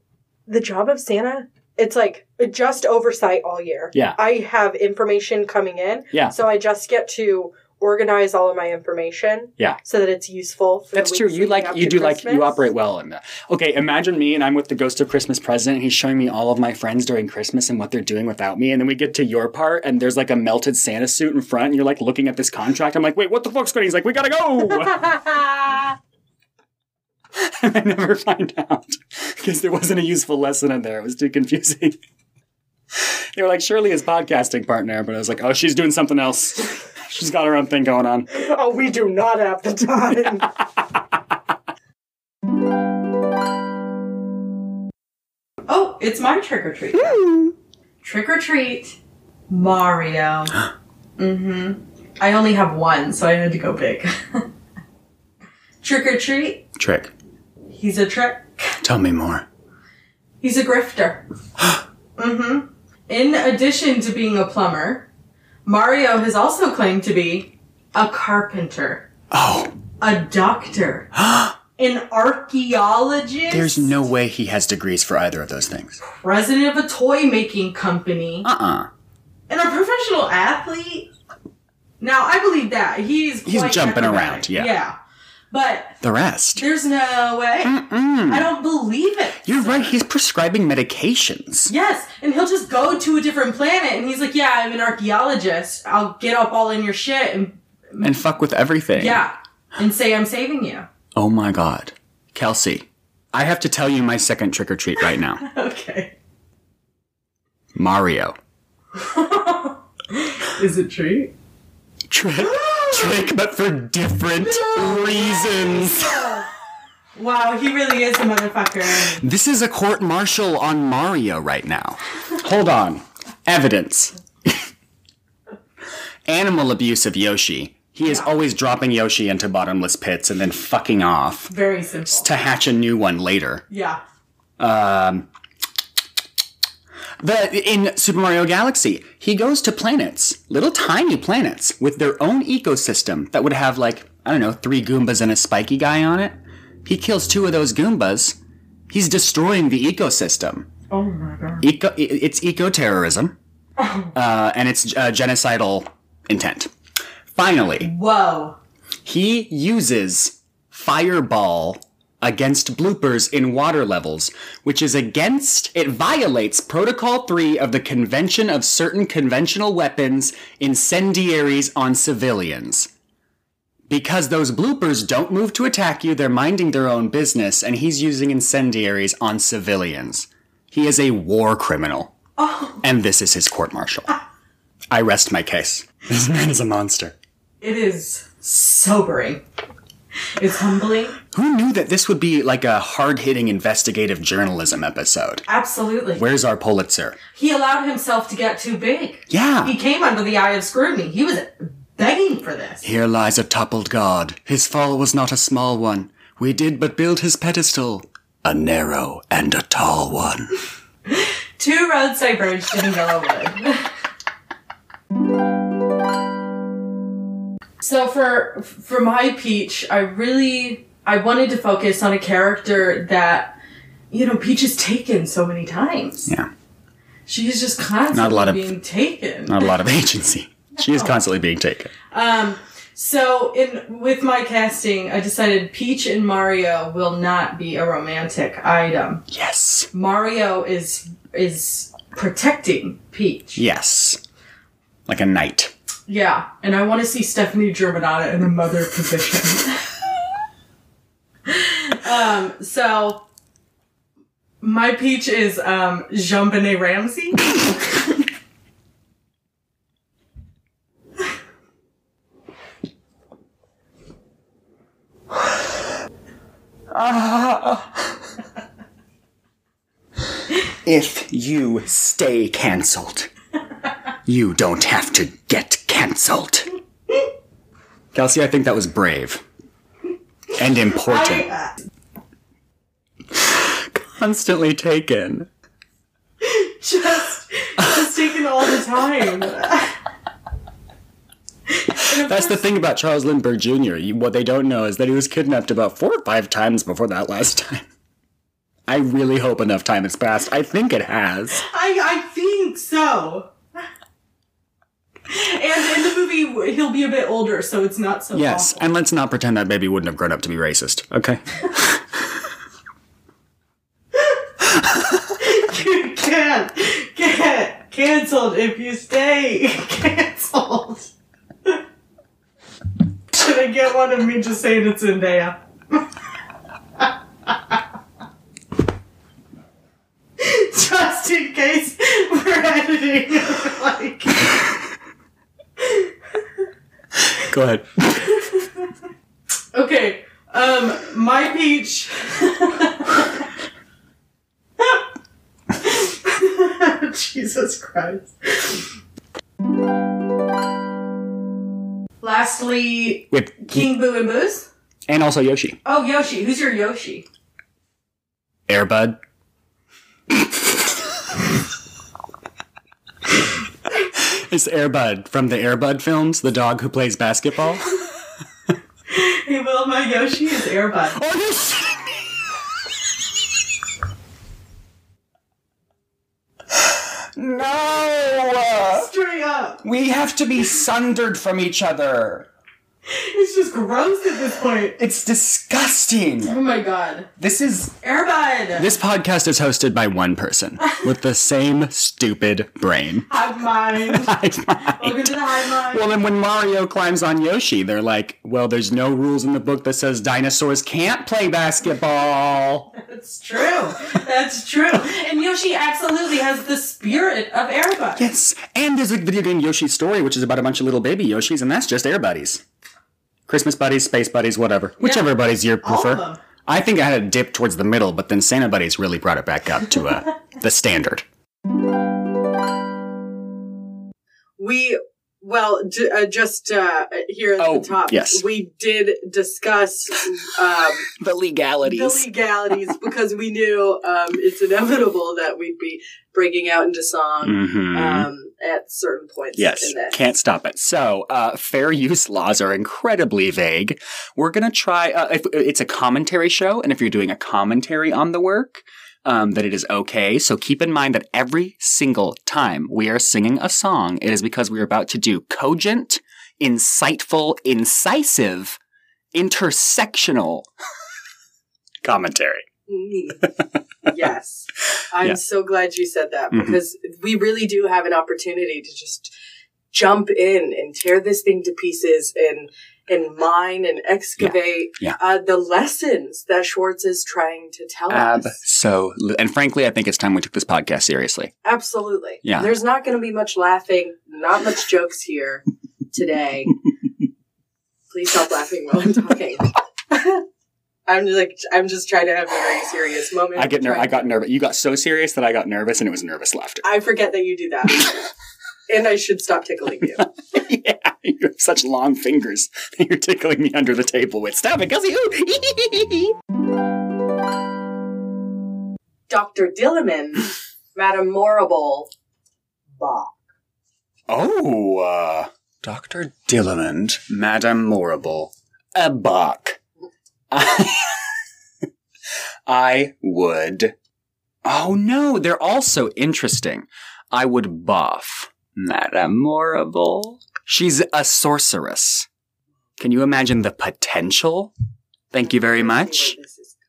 Speaker 6: the job of Santa, it's like just oversight all year.
Speaker 1: Yeah.
Speaker 6: I have information coming in,
Speaker 1: Yeah.
Speaker 6: so I just get to organize all of my information,
Speaker 1: Yeah.
Speaker 6: so that it's useful. For the
Speaker 1: That's
Speaker 6: weeks
Speaker 1: true. You
Speaker 6: leading
Speaker 1: like
Speaker 6: up
Speaker 1: you
Speaker 6: to
Speaker 1: do like you
Speaker 6: Christmas.
Speaker 1: operate well in that. Okay, imagine me and I'm with the Ghost of Christmas Present and he's showing me all of my friends during Christmas and what they're doing without me and then we get to your part and there's like a melted Santa suit in front and you're like looking at this contract. I'm like, "Wait, what the fuck's going on?" He's like, "We got to go." and I never find out because there wasn't a useful lesson in there. It was too confusing. they were like, "Shirley is podcasting partner," but I was like, "Oh, she's doing something else. she's got her own thing going on."
Speaker 6: Oh, we do not have the time.
Speaker 3: Oh, it's my trick or treat. Trick or treat, Mario. mm-hmm. I only have one, so I had to go big. trick or treat,
Speaker 1: Trick.
Speaker 3: he's a trick.
Speaker 1: Tell me more.
Speaker 3: He's a grifter. mm-hmm. In addition to being a plumber, Mario has also claimed to be a carpenter,
Speaker 1: Oh,
Speaker 3: a doctor, an archaeologist,
Speaker 1: There's no way he has degrees for either of those things.
Speaker 3: president of a toy making company.
Speaker 1: Uh uh
Speaker 3: and a professional athlete. Now I believe that he's
Speaker 1: He's
Speaker 3: quite
Speaker 1: jumping
Speaker 3: acrobatic.
Speaker 1: around, yeah.
Speaker 3: yeah. But
Speaker 1: The rest.
Speaker 3: there's no way. I don't believe it.
Speaker 1: You're right, he's prescribing medications.
Speaker 3: Yes, and he'll just go to a different planet, and he's like, "Yeah, I'm an archaeologist. I'll get up all in your shit, and
Speaker 1: And fuck with everything.
Speaker 3: yeah, and say I'm saving you."
Speaker 1: Oh my god. Kelsey, I have to tell you my second trick or treat right now
Speaker 3: Okay,
Speaker 1: Mario.
Speaker 3: is it true?
Speaker 1: Trick. Trick, but for different reasons.
Speaker 3: Wow, he really is a motherfucker.
Speaker 1: This is a court martial on Mario right now. Hold on. Evidence. Animal abuse of Yoshi. He is always dropping Yoshi into bottomless pits and then fucking off
Speaker 3: Very simple.
Speaker 1: to hatch a new one later.
Speaker 3: Yeah.
Speaker 1: Um, the in Super Mario Galaxy, he goes to planets, little tiny planets with their own ecosystem that would have like I don't know three Goombas and a spiky guy on it. He kills two of those Goombas. He's destroying the ecosystem.
Speaker 3: Oh my god. Oh.
Speaker 1: Eco, i- it's eco terrorism, uh, and it's uh, genocidal intent. Finally,
Speaker 3: Whoa.
Speaker 1: he uses Fireball against bloopers in water levels, which is against, it violates Protocol 3 of the Convention of Certain Conventional Weapons Incendiaries on Civilians. Because those bloopers don't move to attack you, they're minding their own business, and he's using incendiaries on civilians. He is a war criminal. And this is his court martial. I rest my case. This man is a monster.
Speaker 3: It is sobering. It's humbling.
Speaker 1: Who knew that this would be like a hard hitting investigative journalism episode?
Speaker 3: Absolutely.
Speaker 1: Where's our Pulitzer?
Speaker 3: He allowed himself to get too big. He
Speaker 1: Yeah!
Speaker 3: came under the eye of scrutiny. He was begging for this.
Speaker 1: Here lies a toppled god. His fall was not a small one. We did but build his pedestal. A narrow and a tall one.
Speaker 3: Two roads diverged in Yellowwood. so for for my peach, I really I wanted to focus on a character that you know Peach is taken so many times.
Speaker 1: Yeah.
Speaker 3: She is just constantly
Speaker 1: Not a lot of-
Speaker 3: being taken.
Speaker 1: Not a lot of agency. She is constantly being taken.
Speaker 3: So in with my casting, I decided Peach and Mario will not be a romantic item.
Speaker 1: Yes.
Speaker 3: Mario is is protecting Peach.
Speaker 1: Yes. Like a knight.
Speaker 3: Yeah, and I want to see Stephanie Germanata in a mother position. um, so my peach is um, Jean Benet Ramsey.
Speaker 1: If you stay cancelled, you don't have to get cancelled. Kelsey, I think that was brave and important. Constantly taken.
Speaker 3: just just taken all the time.
Speaker 1: That's the thing about Charles Lindbergh Jr. You- What they don't know is that he was kidnapped about four or five times before that last time. I really hope enough time has passed. I think it has.
Speaker 3: I I think so. And in the movie, he'll be a bit older, so it's not so.
Speaker 1: Yes,
Speaker 3: awful.
Speaker 1: and let's not pretend that baby wouldn't have grown up to be racist, okay?
Speaker 3: you can't get canceled if you stay canceled. Should I get one of me just saying it's in there? just in case we're editing, like
Speaker 1: Go ahead.
Speaker 3: okay, um, my peach. Jesus Christ. Lastly,
Speaker 1: With
Speaker 3: King Boo and Boo's?
Speaker 1: and also Yoshi.
Speaker 3: Oh, Yoshi. Who's your Yoshi?
Speaker 1: Airbud. it's Airbud from the Airbud films, the dog who plays basketball.
Speaker 3: Hey, well, my Yoshi is Airbud.
Speaker 1: Are you shitting me? No!
Speaker 3: Straight up.
Speaker 1: We have to be sundered from each other.
Speaker 3: It's just gross at this point.
Speaker 1: It's disgusting.
Speaker 3: Oh my god.
Speaker 1: This is
Speaker 3: Airbud!
Speaker 1: This podcast is hosted by one person with the same stupid brain.
Speaker 3: Hive mind. Welcome to the hive mind.
Speaker 1: Well, then when Mario climbs on Yoshi, they're like, well, there's no rules in the book that says dinosaurs can't play basketball.
Speaker 3: That's true. That's true. And Yoshi absolutely has the spirit of Airbud.
Speaker 1: Yes. And there's a video game Yoshi's Story, which is about a bunch of little baby Yoshis, and that's just air buddies. Christmas buddies, space buddies, whatever. Whichever buddies you
Speaker 3: All
Speaker 1: prefer.
Speaker 3: of them.
Speaker 1: I think I had a dip towards the middle, but then Santa Buddies really brought it back up to uh, the standard.
Speaker 8: we well j- uh, just uh, here at
Speaker 1: Oh,
Speaker 8: the top
Speaker 1: yes.
Speaker 8: we did discuss um,
Speaker 1: The legalities.
Speaker 8: the legalities because we knew um, it's inevitable that we'd be breaking out into song
Speaker 1: hmm
Speaker 3: Uh,
Speaker 8: um, at certain points
Speaker 1: Yes,
Speaker 8: in that
Speaker 1: can't stop it. So, uh, fair use laws are incredibly vague. uh, We're gonna try. Uh, if, it's a commentary show, and if you're doing a commentary on the work, um, that it is okay. So keep in mind that every single time we are singing a song, it is because we are about to do cogent, insightful, incisive, intersectional commentary.
Speaker 3: yes. I'm
Speaker 1: Yeah.
Speaker 3: so glad you said that
Speaker 1: Mhm.
Speaker 3: because we really do have an opportunity to just jump in and tear this thing to pieces and and mine and excavate
Speaker 1: Yeah.
Speaker 3: Uh, the lessons that Schwartz is trying to tell us.
Speaker 1: So, and frankly, I think it's time we took this podcast seriously.
Speaker 3: Absolutely.
Speaker 1: Yeah.
Speaker 3: There's not going to be much laughing, not much jokes here today. Please stop laughing while I'm talking. I'm just like I'm just trying to have a very serious moment.
Speaker 1: I get ner-
Speaker 3: Trying
Speaker 1: I
Speaker 3: to-
Speaker 1: got nervous. You got so serious that I got nervous, and it was nervous laughter.
Speaker 3: I forget that you do that. and I should stop tickling you.
Speaker 1: yeah, you have such long fingers that you're tickling me under the table with. Stop it, Gussie. Ooh.
Speaker 3: Dr. Dilliman, Madame Morrible, Bach.
Speaker 1: oh, uh, Dr. Dillamond, Madame Morrible, a buck. I, I would. Oh no, they're all so interesting. I would buff Madame Morrible. She's a sorceress. Can you imagine the potential? Thank you very much.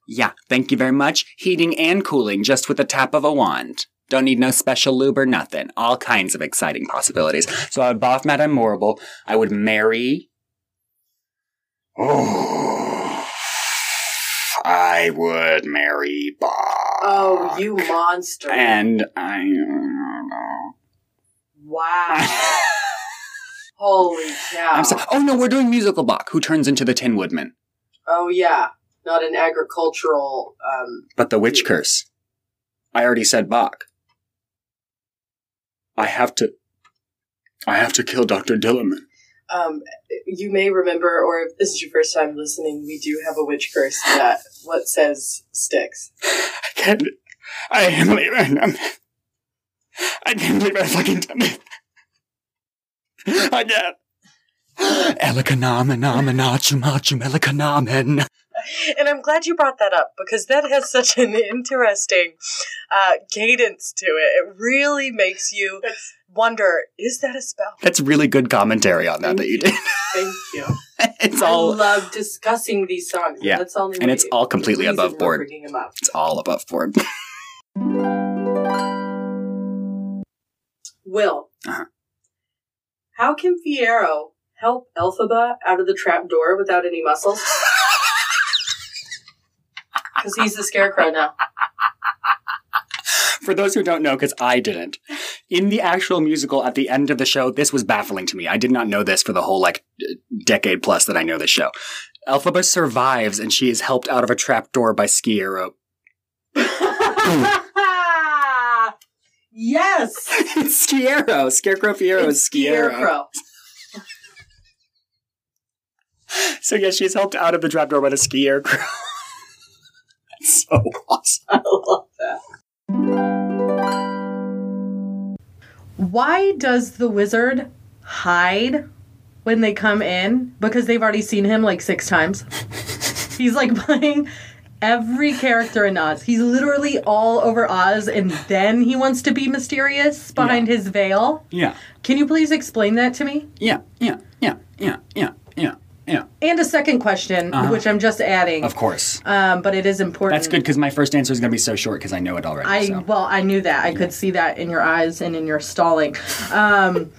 Speaker 1: Yeah, thank you very much. Heating and cooling just with the tap of a wand. Don't need no special lube or nothing. All kinds of exciting possibilities. So I would boff Madame Morrible. I would marry. Oh. I would marry Bob.
Speaker 3: Oh, you monster.
Speaker 1: And I. don't know.
Speaker 3: wow. Holy cow.
Speaker 1: I'm so, oh no, we're doing musical Bach, who turns into the Tin Woodman.
Speaker 3: oh, yeah. Not an agricultural. Um,
Speaker 1: But the witch curse. I already said Bach. I have to. I have to kill Dr. Dillerman.
Speaker 3: um, you may remember, or if this is your first time listening, we do have a witch curse that what says sticks.
Speaker 1: I can't. I can't believe it. I'm, I can't believe I fucking done it. I can't. Elikanamen, amenachum, achum, elikanamen.
Speaker 3: and I'm glad you brought that up because that has such an interesting uh, cadence to it. It really makes you wonder: is that a spell?
Speaker 1: That's really good commentary on that that you did.
Speaker 3: Thank you.
Speaker 1: It's all.
Speaker 3: love discussing these songs.
Speaker 1: Yeah,
Speaker 3: that's only
Speaker 1: and it's all completely
Speaker 3: reason
Speaker 1: above
Speaker 3: we're
Speaker 1: board.
Speaker 3: bringing 'em up.
Speaker 1: It's all above board.
Speaker 3: Will,
Speaker 1: Uh-huh.
Speaker 3: how can Fiero help Elphaba out of the trap door without any muscles? Because he's the scarecrow now.
Speaker 1: For those who don't know, because I didn't, in the actual musical at the end of the show, this was baffling to me. I did not know this for the whole like d- decade plus that I know this show. Elphaba survives and she is helped out of a trapdoor by Skiero.
Speaker 3: yes.
Speaker 1: It's Skiero, Scarecrow Fiero is Skiero.
Speaker 3: Scarecrow.
Speaker 1: So yeah, she's helped out of the trapdoor by the Scarecrow. That's so awesome.
Speaker 3: I love that.
Speaker 6: Why does the wizard hide when they come in? Because they've already seen him like six times. He's like playing every character in Oz. He's literally all over Oz, and then he wants to be mysterious behind his veil.
Speaker 1: Yeah,
Speaker 6: Can you please explain that to me?
Speaker 1: yeah, yeah, yeah, yeah, yeah, yeah, yeah.
Speaker 6: And a second question, which I'm just adding,
Speaker 1: Of course.
Speaker 6: um, but it is important.
Speaker 1: That's good because my first answer is going to be so short because I know it already.
Speaker 6: I
Speaker 1: so.
Speaker 6: well, I knew that. I could see that in your eyes and in your stalling. Um,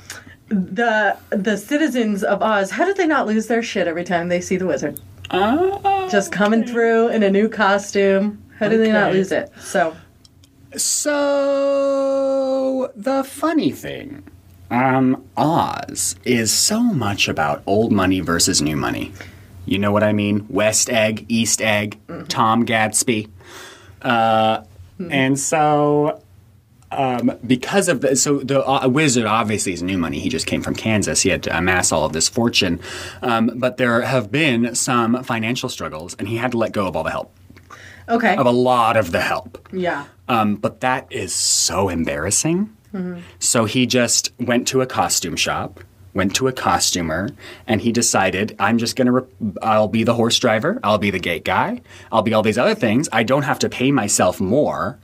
Speaker 6: the the citizens of Oz, how did they not lose their shit every time they see the wizard? Just coming through in a new costume. How did they not lose it? So
Speaker 1: So the funny thing, um, Oz is so much about old money versus new money. You know what I mean? West Egg, East Egg, Tom Gadsby, uh, and so. Um, because of the, so the uh, wizard obviously is new money. He just came from Kansas. He had to amass all of this fortune, um, but there have been some financial struggles, and he had to let go of all the help,
Speaker 6: okay,
Speaker 1: of a lot of the help.
Speaker 6: yeah,
Speaker 1: Um, but that is so embarrassing. So he just went to a costume shop, went to a costumer and he decided I'm just going to re- I'll be the horse driver, I'll be the gate guy, I'll be all these other things. I don't have to pay myself more.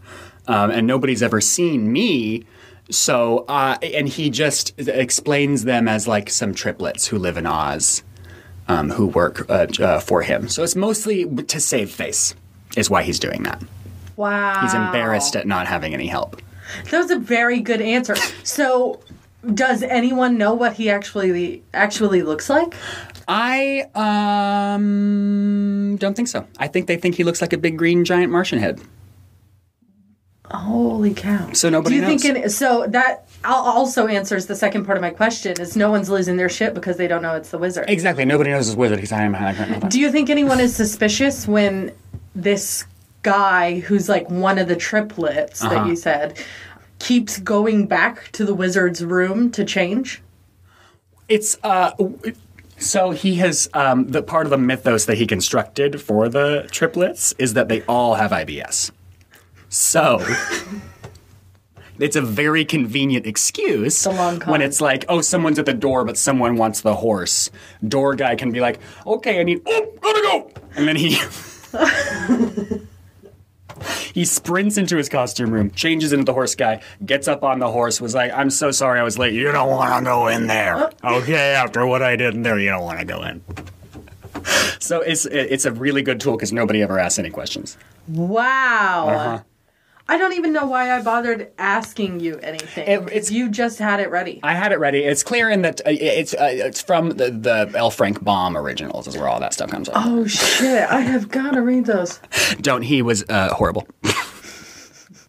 Speaker 1: Um, and nobody's ever seen me. So uh, and he just explains them as like some triplets who live in Oz um, who work uh, uh, for him. So it's mostly to save face is why he's doing that.
Speaker 3: Wow.
Speaker 1: He's embarrassed at not having any help.
Speaker 3: That was a very good answer. So, does anyone know what he actually actually looks like?
Speaker 1: I um don't think so. I think they think he looks like a big green giant Martian head.
Speaker 3: Holy cow!
Speaker 1: So nobody
Speaker 3: Do you
Speaker 1: knows.
Speaker 3: think? It, so that al- also answers the second part of my question: is no one's losing their shit because they don't know it's the wizard.
Speaker 1: exactly. Nobody knows his wizard. He's hiding behind that curtain.
Speaker 3: Do you think anyone is suspicious when this guy, who's like one of the triplets that you said, keeps going back to the wizard's room to change?
Speaker 1: It's uh. w- So he has um, the part of the mythos that he constructed for the triplets is that they all have IBS. So it's a very convenient excuse
Speaker 3: long con.
Speaker 1: when it's like, oh, someone's at the door, but someone wants the horse. Door guy can be like, okay, I need, oh, gotta go, and then he. He sprints into his costume room, changes into the horse guy, gets up on the horse, was like, I'm so sorry I was late. You don't want to go in there. Okay, after what I did in there, you don't want to go in. So it's it's a really good tool because nobody ever asks any questions.
Speaker 3: Wow. I don't even know why I bothered asking you anything.
Speaker 1: It- it's-
Speaker 3: you just had it ready.
Speaker 1: I had it ready. It's clear in that uh, it's uh, it's from the, the L. Frank Baum originals is where all that stuff comes from.
Speaker 3: oh shit! I have got to read those.
Speaker 1: Don't he was uh, horrible.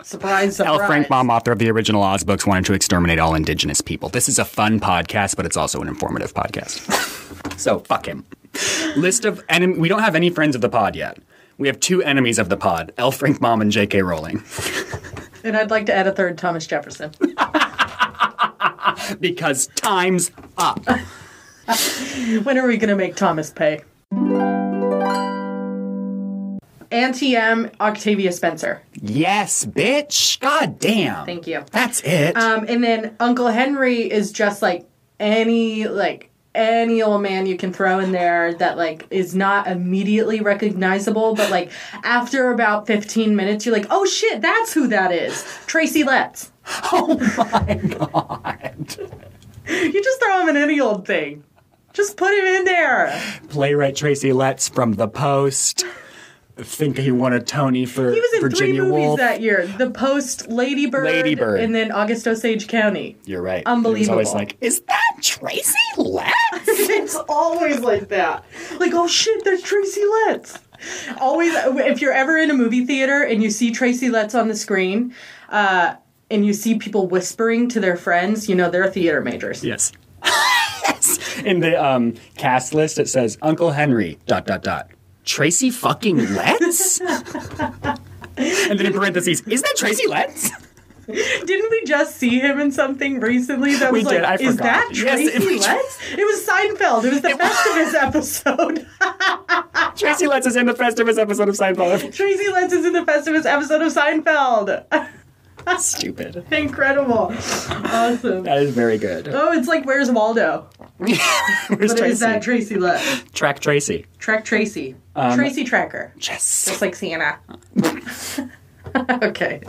Speaker 3: Surprise! surprise.
Speaker 1: L. Frank Baum, author of the original Oz books, wanted to exterminate all indigenous people. This is a fun podcast, but it's also an informative podcast. so fuck him. List of enemy. We don't have any friends of the pod yet. We have two enemies of the pod: L. Frank Baum and J.K. Rowling,
Speaker 3: And I'd like to add a third, Thomas Jefferson.
Speaker 1: because time's up.
Speaker 3: when are we gonna make Thomas pay? Auntie M, Octavia Spencer.
Speaker 1: Yes, bitch. God damn.
Speaker 3: Thank you.
Speaker 1: That's it.
Speaker 3: Um, and then Uncle Henry is just like any like any old man you can throw in there that like is not immediately recognizable, but like after about fifteen minutes, you're like, oh shit, that's who that is, Tracy Letts. Oh my god! you just throw him in any old thing. Just put him in there.
Speaker 1: Playwright Tracy Letts from The Post. Think he won a Tony for
Speaker 3: He was in
Speaker 1: Virginia
Speaker 3: three movies
Speaker 1: Woolf.
Speaker 3: that year: The Post, Lady Bird,
Speaker 1: Lady Bird.
Speaker 3: and then August Osage County.
Speaker 1: You're right. It was
Speaker 3: Unbelievable.
Speaker 1: always like, is that Tracy Letts?
Speaker 3: it's always like that. Like, oh shit, there's Tracy Letts. Always, if you're ever in a movie theater and you see Tracy Letts on the screen, uh, and you see people whispering to their friends, you know they're theater majors.
Speaker 1: Yes. yes. In the um, cast list, it says Uncle Henry dot dot dot. Tracy fucking Letts. and then in parentheses, is that Tracy Letts?
Speaker 3: Didn't we just see him in something recently that
Speaker 1: We
Speaker 3: was
Speaker 1: did,
Speaker 3: like,
Speaker 1: I
Speaker 3: is
Speaker 1: forgot.
Speaker 3: that
Speaker 1: Yes, it
Speaker 3: Tracy
Speaker 1: was-
Speaker 3: Letts? It was Seinfeld. It was the Festivus episode.
Speaker 1: Tracy Letts is in the Festivus episode of Seinfeld.
Speaker 3: Tracy Letts is in the Festivus episode of Seinfeld.
Speaker 1: Stupid.
Speaker 3: Incredible, awesome.
Speaker 1: That is very good.
Speaker 3: Oh, it's like Where's Waldo?
Speaker 1: Where's
Speaker 3: But is
Speaker 1: Tracy?
Speaker 3: that Tracy Letts?
Speaker 1: Track Tracy.
Speaker 3: Track Tracy.
Speaker 1: um,
Speaker 3: Tracy Tracker.
Speaker 1: Yes.
Speaker 3: Just like Sienna. okay.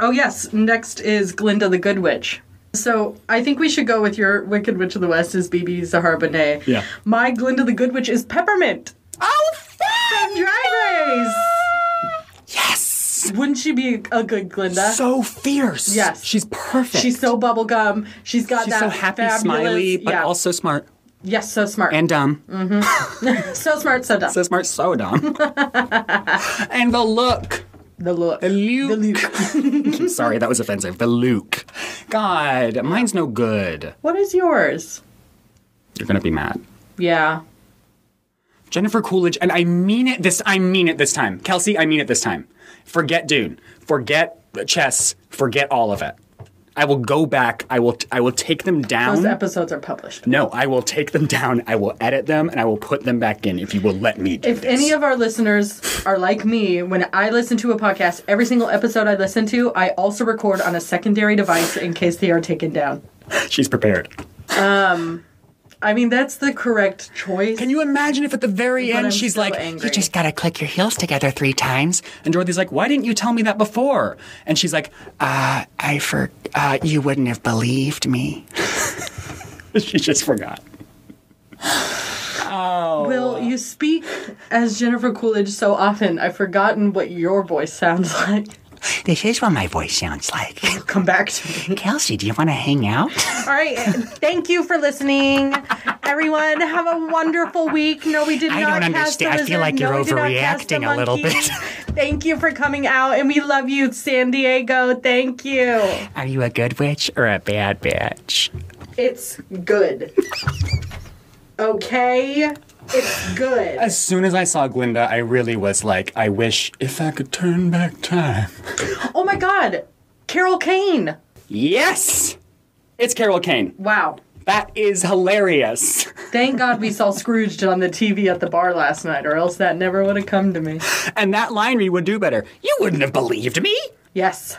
Speaker 3: Oh, yes. Next is Glinda the Good Witch. So I think we should go with your Wicked Witch of the West is BB Zahar Benet.
Speaker 1: Yeah.
Speaker 3: My Glinda the Good Witch is Peppermint
Speaker 1: Oh, fuck!
Speaker 3: from Drag Race.
Speaker 1: Yes.
Speaker 3: Wouldn't she be a good Glinda?
Speaker 1: So fierce.
Speaker 3: Yes.
Speaker 1: She's perfect.
Speaker 3: She's so bubblegum. She's got
Speaker 1: She's
Speaker 3: that
Speaker 1: so happy,
Speaker 3: fabulous,
Speaker 1: smiley, but
Speaker 3: yeah. Mm.
Speaker 1: also smart
Speaker 3: yes, so smart
Speaker 1: and dumb.
Speaker 3: so smart, so dumb.
Speaker 1: So smart, so dumb. and the look.
Speaker 3: the look.
Speaker 1: The Luke. I'm sorry, that was offensive. The Luke. God, mine's no good.
Speaker 3: What is yours?
Speaker 1: You're gonna be mad.
Speaker 3: Yeah.
Speaker 1: Jennifer Coolidge, and I mean it this I mean it this time. Kelsey, I mean it this time. Forget dude. Forget chess. Forget all of it. I will go back. I will. I will take them
Speaker 3: Those
Speaker 1: down.
Speaker 3: episodes are published.
Speaker 1: no, I will take them down. I will edit them and I will put them back in if you will let me do
Speaker 3: If
Speaker 1: this.
Speaker 3: any of our listeners are like me, when I listen to a podcast, every single episode I listen to, I also record on a secondary device in case they are taken down.
Speaker 1: She's prepared.
Speaker 3: I mean, that's the correct choice.
Speaker 1: Can you imagine if at the very end
Speaker 3: I'm
Speaker 1: she's
Speaker 3: still
Speaker 1: like,
Speaker 3: angry.
Speaker 1: "You just gotta click your heels together three times," and Dorothy's like, "Why didn't you tell me that before?" And she's like, "Uh, I for uh, you wouldn't have believed me." she just forgot.
Speaker 3: Will, you speak as Jennifer Coolidge so often, I've forgotten what your voice sounds like.
Speaker 1: This is what my voice sounds like.
Speaker 3: Come back to me.
Speaker 1: Kelsey, do you want to hang out?
Speaker 3: All right. Thank you for listening. Everyone, have a wonderful week. No, we did
Speaker 1: I
Speaker 3: not
Speaker 1: don't
Speaker 3: cast a
Speaker 1: understand. I feel
Speaker 3: lizard.
Speaker 1: like
Speaker 3: No,
Speaker 1: you're
Speaker 3: we did not cast
Speaker 1: overreacting a little
Speaker 3: monkey.
Speaker 1: bit.
Speaker 3: Thank you for coming out, and we love you, San Diego. Thank you.
Speaker 1: Are you a good witch or a bad bitch?
Speaker 3: It's good. Okay? It's good.
Speaker 1: As soon as I saw Glinda, I really was like, I wish if I could turn back time.
Speaker 3: Oh my God. Carol Kane.
Speaker 1: Yes! It's Carol Kane.
Speaker 3: Wow.
Speaker 1: That is hilarious.
Speaker 3: Thank God we saw Scrooged on the TV at the bar last night, or else that never would have come to me.
Speaker 1: And that line read would do better. You wouldn't have believed me.
Speaker 3: Yes.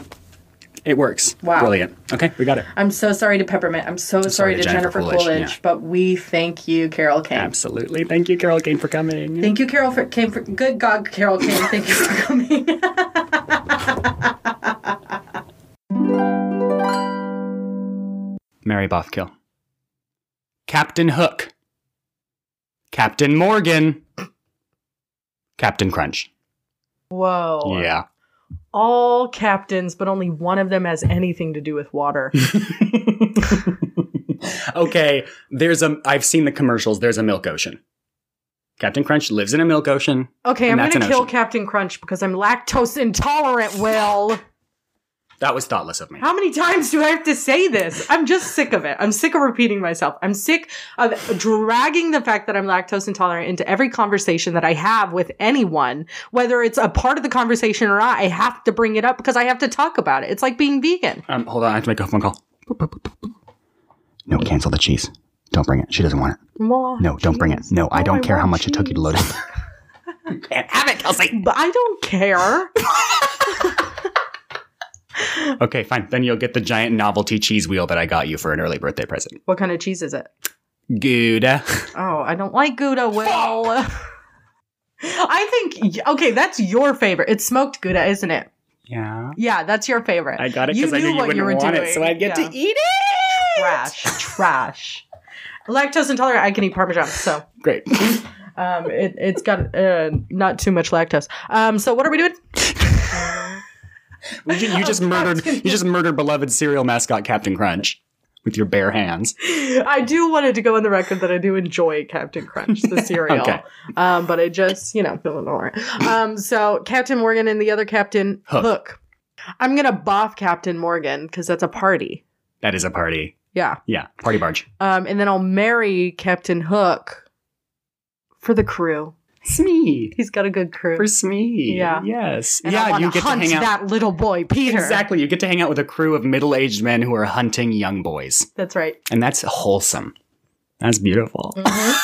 Speaker 1: It works.
Speaker 3: Wow.
Speaker 1: Brilliant. Okay, we got it.
Speaker 3: I'm so sorry to Peppermint. I'm so sorry, to Jennifer, Coolidge,
Speaker 1: yeah.
Speaker 3: but we thank you, Carol Kane.
Speaker 1: Absolutely. Thank you, Carol Kane, for coming.
Speaker 3: Thank you, Carol for, Kane. For, good God, Carol Kane. Thank you for coming.
Speaker 1: Mary Bothkill. Captain Hook. Captain Morgan. Captain Crunch.
Speaker 6: Oh,
Speaker 3: Whoa.
Speaker 1: Yeah.
Speaker 3: All captains, but only one of them has anything to do with water.
Speaker 1: okay, there's a. I've seen the commercials. There's a milk ocean. Captain Crunch lives in a milk ocean.
Speaker 3: Okay,
Speaker 1: And
Speaker 3: I'm
Speaker 1: that's
Speaker 3: going to
Speaker 1: an
Speaker 3: kill
Speaker 1: ocean.
Speaker 3: Captain Crunch because I'm lactose intolerant, Will.
Speaker 1: That was thoughtless of me.
Speaker 3: How many times do I have to say this? I'm just sick of it. I'm sick of repeating myself. I'm sick of dragging the fact that I'm lactose intolerant into every conversation that I have with anyone, whether it's a part of the conversation or not. I have to bring it up because I have to talk about it. It's like being vegan.
Speaker 1: Um, hold on, I have to make a phone call. No, cancel the cheese. Don't bring it. She doesn't want it. No, don't bring it. No, Oh, I don't care how much it took you to load it. You Can't have it, Kelsey.
Speaker 3: But I don't care.
Speaker 1: Okay, fine. Then you'll get the giant novelty cheese wheel that I got you for an early birthday present.
Speaker 3: what kind of cheese is it?
Speaker 1: Gouda.
Speaker 3: Oh, I don't like Gouda, Will. I think, okay, that's your favorite. It's smoked Gouda, isn't it?
Speaker 1: Yeah.
Speaker 3: Yeah, that's your favorite.
Speaker 1: I got it because I knew you
Speaker 3: what
Speaker 1: wouldn't want it, so I'd get
Speaker 3: Yeah.
Speaker 1: to eat it.
Speaker 3: trash, trash. Lactose intolerant. I can eat Parmesan, so
Speaker 1: Great.
Speaker 3: um, it, it's got uh, not too much lactose. Um, so what are we doing?
Speaker 1: You ju- you just murdered. You just murdered beloved cereal mascot Captain Crunch with your bare hands.
Speaker 3: I do wanted to go on the record that I do enjoy Captain Crunch, the cereal.
Speaker 1: Okay.
Speaker 3: Um, but I just, you know, feeling all right. Um, so Captain Morgan and the other Captain
Speaker 1: Hook.
Speaker 3: Hook. I'm gonna boff Captain Morgan because that's a party.
Speaker 1: That is a party.
Speaker 3: Yeah.
Speaker 1: Yeah, party barge.
Speaker 3: Um, and then I'll marry Captain Hook for the crew.
Speaker 1: Smee
Speaker 3: He's got a good crew.
Speaker 1: for Smee.
Speaker 3: Yeah.
Speaker 1: Yes.
Speaker 3: And I
Speaker 1: yeah,
Speaker 3: wanna
Speaker 1: you get to
Speaker 3: hunt
Speaker 1: hang out.
Speaker 3: that little boy, Peter.
Speaker 1: Exactly. You get to hang out with a crew of middle-aged men who are hunting young boys,
Speaker 3: That's right.
Speaker 1: and that's wholesome. That's beautiful.
Speaker 3: Mm.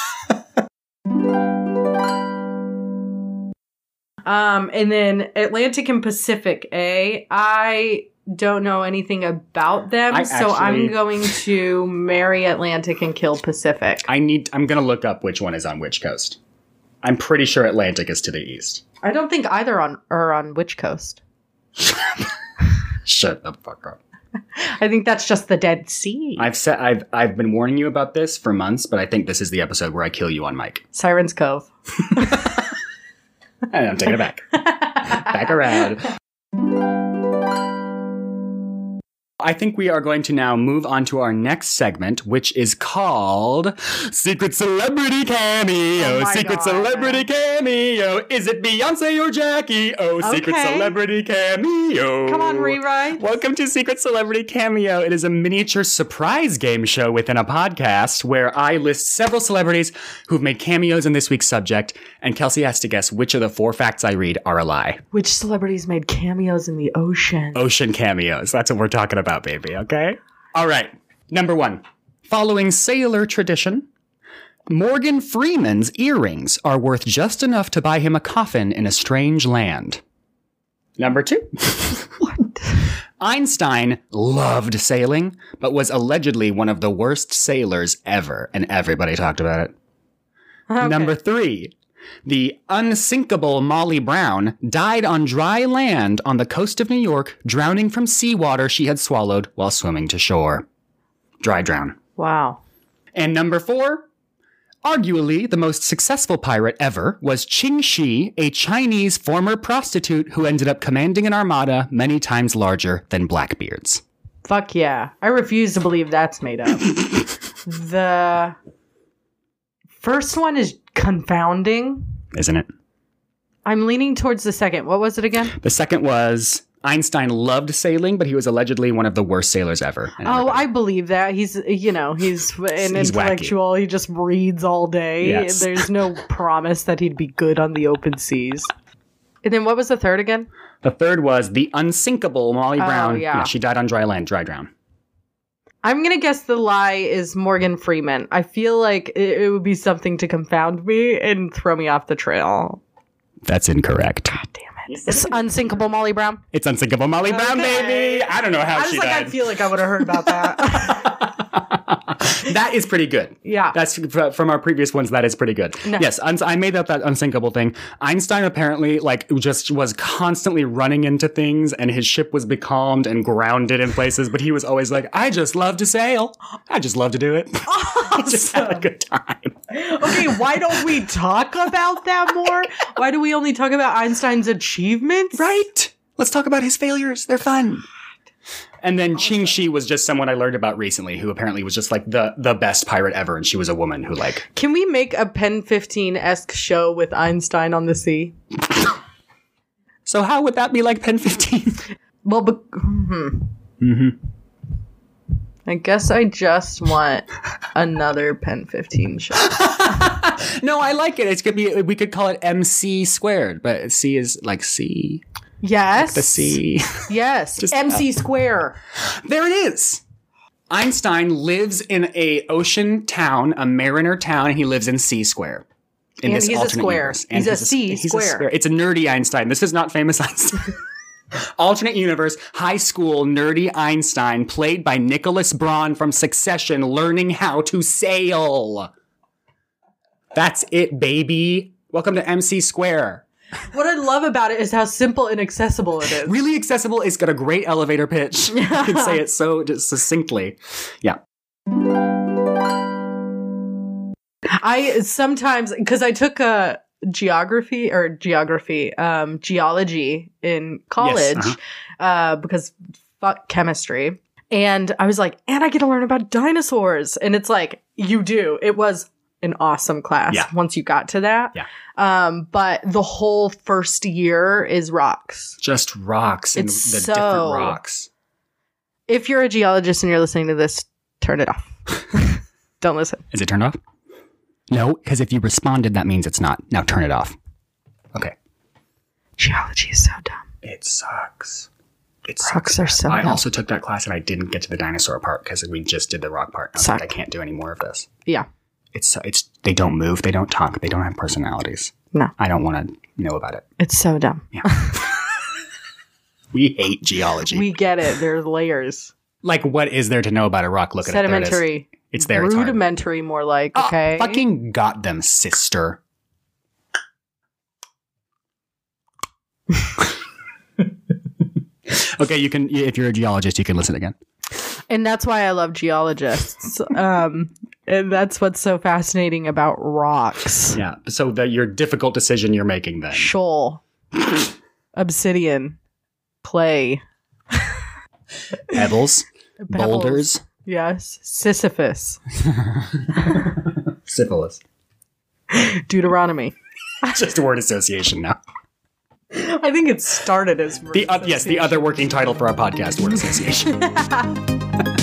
Speaker 3: Um, and then Atlantic and Pacific, eh? I don't know anything about them,
Speaker 1: I
Speaker 3: so I'm
Speaker 1: actually-
Speaker 3: going to marry Atlantic and kill Pacific.
Speaker 1: I need. I'm gonna look up which one is on which coast. I'm pretty sure Atlantic is to the east.
Speaker 3: I don't think either on are on which coast.
Speaker 1: Shut the fuck up.
Speaker 3: I think that's just the Dead Sea.
Speaker 1: I've said I've I've been warning you about this for months, but I think this is the episode where I kill you on mic.
Speaker 3: Sirens Cove.
Speaker 1: And I'm taking it back. back around. I think we are going to now move on to our next segment, which is called Secret Celebrity Cameo.
Speaker 3: Oh my
Speaker 1: Secret
Speaker 3: God.
Speaker 1: Celebrity Cameo. Is it Beyonce or Jackie? Oh, Secret
Speaker 3: Okay.
Speaker 1: Celebrity Cameo.
Speaker 3: Come on, rewrite.
Speaker 1: Welcome to Secret Celebrity Cameo. It is a miniature surprise game show within a podcast where I list several celebrities who've made cameos in this week's subject, and Kelsey has to guess which of the four facts I read are a lie.
Speaker 3: Which celebrities made cameos in the ocean?
Speaker 1: Ocean cameos. That's what we're talking about. out, baby, okay? All right. Number one. Following sailor tradition, Morgan Freeman's earrings are worth just enough to buy him a coffin in a strange land. Number two. Einstein loved sailing, but was allegedly one of the worst sailors ever, and everybody talked about it. Number three. The unsinkable Molly Brown died on dry land on the coast of New York, drowning from seawater she had swallowed while swimming to shore. Dry drown.
Speaker 2: Wow.
Speaker 1: And number four, arguably the most successful pirate ever, was Qing Shi, a Chinese former prostitute who ended up commanding an armada many times larger than Blackbeard's.
Speaker 3: Fuck yeah. I refuse to believe that's made up. the first one is confounding.
Speaker 1: Isn't it?
Speaker 3: I'm leaning towards the second. What was it again?
Speaker 1: The second was Einstein loved sailing, but he was allegedly one of the worst sailors ever. And
Speaker 3: Oh,
Speaker 1: everybody-
Speaker 3: I believe that. He's, you know, he's an
Speaker 1: He's wacky.
Speaker 3: intellectual. He just reads all day.
Speaker 1: Yes.
Speaker 3: There's no promise that he'd be good on the open seas. And then what was the third again?
Speaker 1: The third was the unsinkable Molly
Speaker 3: Oh,
Speaker 1: Brown.
Speaker 3: yeah.
Speaker 1: she died on dry land, dry drown.
Speaker 3: I'm going to guess the lie is Morgan Freeman. I feel like it, it would be something to confound me and throw me off the trail.
Speaker 1: That's incorrect.
Speaker 3: It's unsinkable Molly Brown.
Speaker 1: It's unsinkable Molly Brown, baby. I don't know how
Speaker 3: I was
Speaker 1: she
Speaker 3: like,
Speaker 1: died.
Speaker 3: I feel like I would have heard about that.
Speaker 1: that is pretty good.
Speaker 3: yeah.
Speaker 1: That's fr- from our previous ones. That is pretty good. Yes, uns- I made up that unsinkable thing. Einstein apparently like just was constantly running into things, and his ship was becalmed and grounded in places. But he was always like, "I just love to sail. I just love to do it. I just have a good time."
Speaker 3: okay, why don't we talk about that more? Why do we only talk about Einstein's achievements?
Speaker 1: Right. Let's talk about his failures. They're fun. And then Ching Shi was just someone I learned about recently, who apparently was just like the the best pirate ever, and she was a woman who like
Speaker 3: Can we make a Pen 15 esque show with Einstein on the sea?
Speaker 1: So how would that be like Pen 15?
Speaker 3: Well, but. Hmm.
Speaker 1: Mm-hmm.
Speaker 3: I guess I just want another Pen 15 show.
Speaker 1: no, I like it. It's gonna be we could call it MC squared, but C is like C.
Speaker 3: Yes.
Speaker 1: The C.
Speaker 3: Yes.
Speaker 1: Just-
Speaker 3: MC Square.
Speaker 1: there it is. Einstein lives in a ocean town, a mariner town. and He lives in C square. In
Speaker 3: And he's a
Speaker 1: alternate
Speaker 3: square.
Speaker 1: universe.
Speaker 3: He's a C square.
Speaker 1: It's a nerdy Einstein. This is not famous Einstein. alternate universe, high school, nerdy Einstein, played by Nicholas Braun from Succession, learning how to sail. That's it, baby. Welcome to MC Square.
Speaker 3: What I love about it is how simple and accessible it is.
Speaker 1: really accessible. It's got a great elevator pitch. you can say it so just succinctly. Yeah.
Speaker 3: I sometimes because I took a geography or geography, um, geology in college,
Speaker 1: uh-huh.
Speaker 3: uh, because fuck chemistry. And I was like, and I get to learn about dinosaurs. And it's like, you do. It was an awesome class
Speaker 1: Yeah.
Speaker 3: once you got to that.
Speaker 1: Yeah.
Speaker 3: Um, but the whole first year is rocks.
Speaker 1: Just rocks and
Speaker 3: It's
Speaker 1: the
Speaker 3: so-
Speaker 1: different rocks.
Speaker 3: If you're a geologist and you're listening to this, turn it off. Don't listen.
Speaker 1: Is it turned off? No, because if you responded, that means it's not. Now turn it off. Okay.
Speaker 3: Geology is so dumb.
Speaker 1: It sucks. It
Speaker 3: Rocks are so
Speaker 1: I
Speaker 3: dumb.
Speaker 1: also took that class and I didn't get to the dinosaur part because we just did the rock part. I was like,
Speaker 3: Suck.
Speaker 1: I can't do any more of this.
Speaker 3: yeah.
Speaker 1: It's so- it's they don't move, they don't talk, they don't have personalities.
Speaker 3: No.
Speaker 1: I don't want to know about it.
Speaker 3: It's so dumb.
Speaker 1: We hate geology.
Speaker 3: We get it. There's layers.
Speaker 1: like, what is there to know about a rock? Look at it. There it is.
Speaker 3: Sedimentary.
Speaker 1: It's there. It's hard.
Speaker 3: rudimentary, more like.
Speaker 1: Ah,
Speaker 3: Okay.
Speaker 1: fucking got them, sister. okay, you can. If you're a geologist, you can listen again.
Speaker 3: and that's why I love geologists. um, and that's what's so fascinating about rocks,
Speaker 1: Yeah. So that your difficult decision you're making then.
Speaker 3: shoal, obsidian, clay,
Speaker 1: Pebbles,
Speaker 3: pebbles.
Speaker 1: boulders,
Speaker 3: Yes, Sisyphus,
Speaker 1: syphilis.
Speaker 3: Deuteronomy.
Speaker 1: Just word association now. uh,
Speaker 3: I think it started as
Speaker 1: The uh, yes, the other working title for our podcast, word association.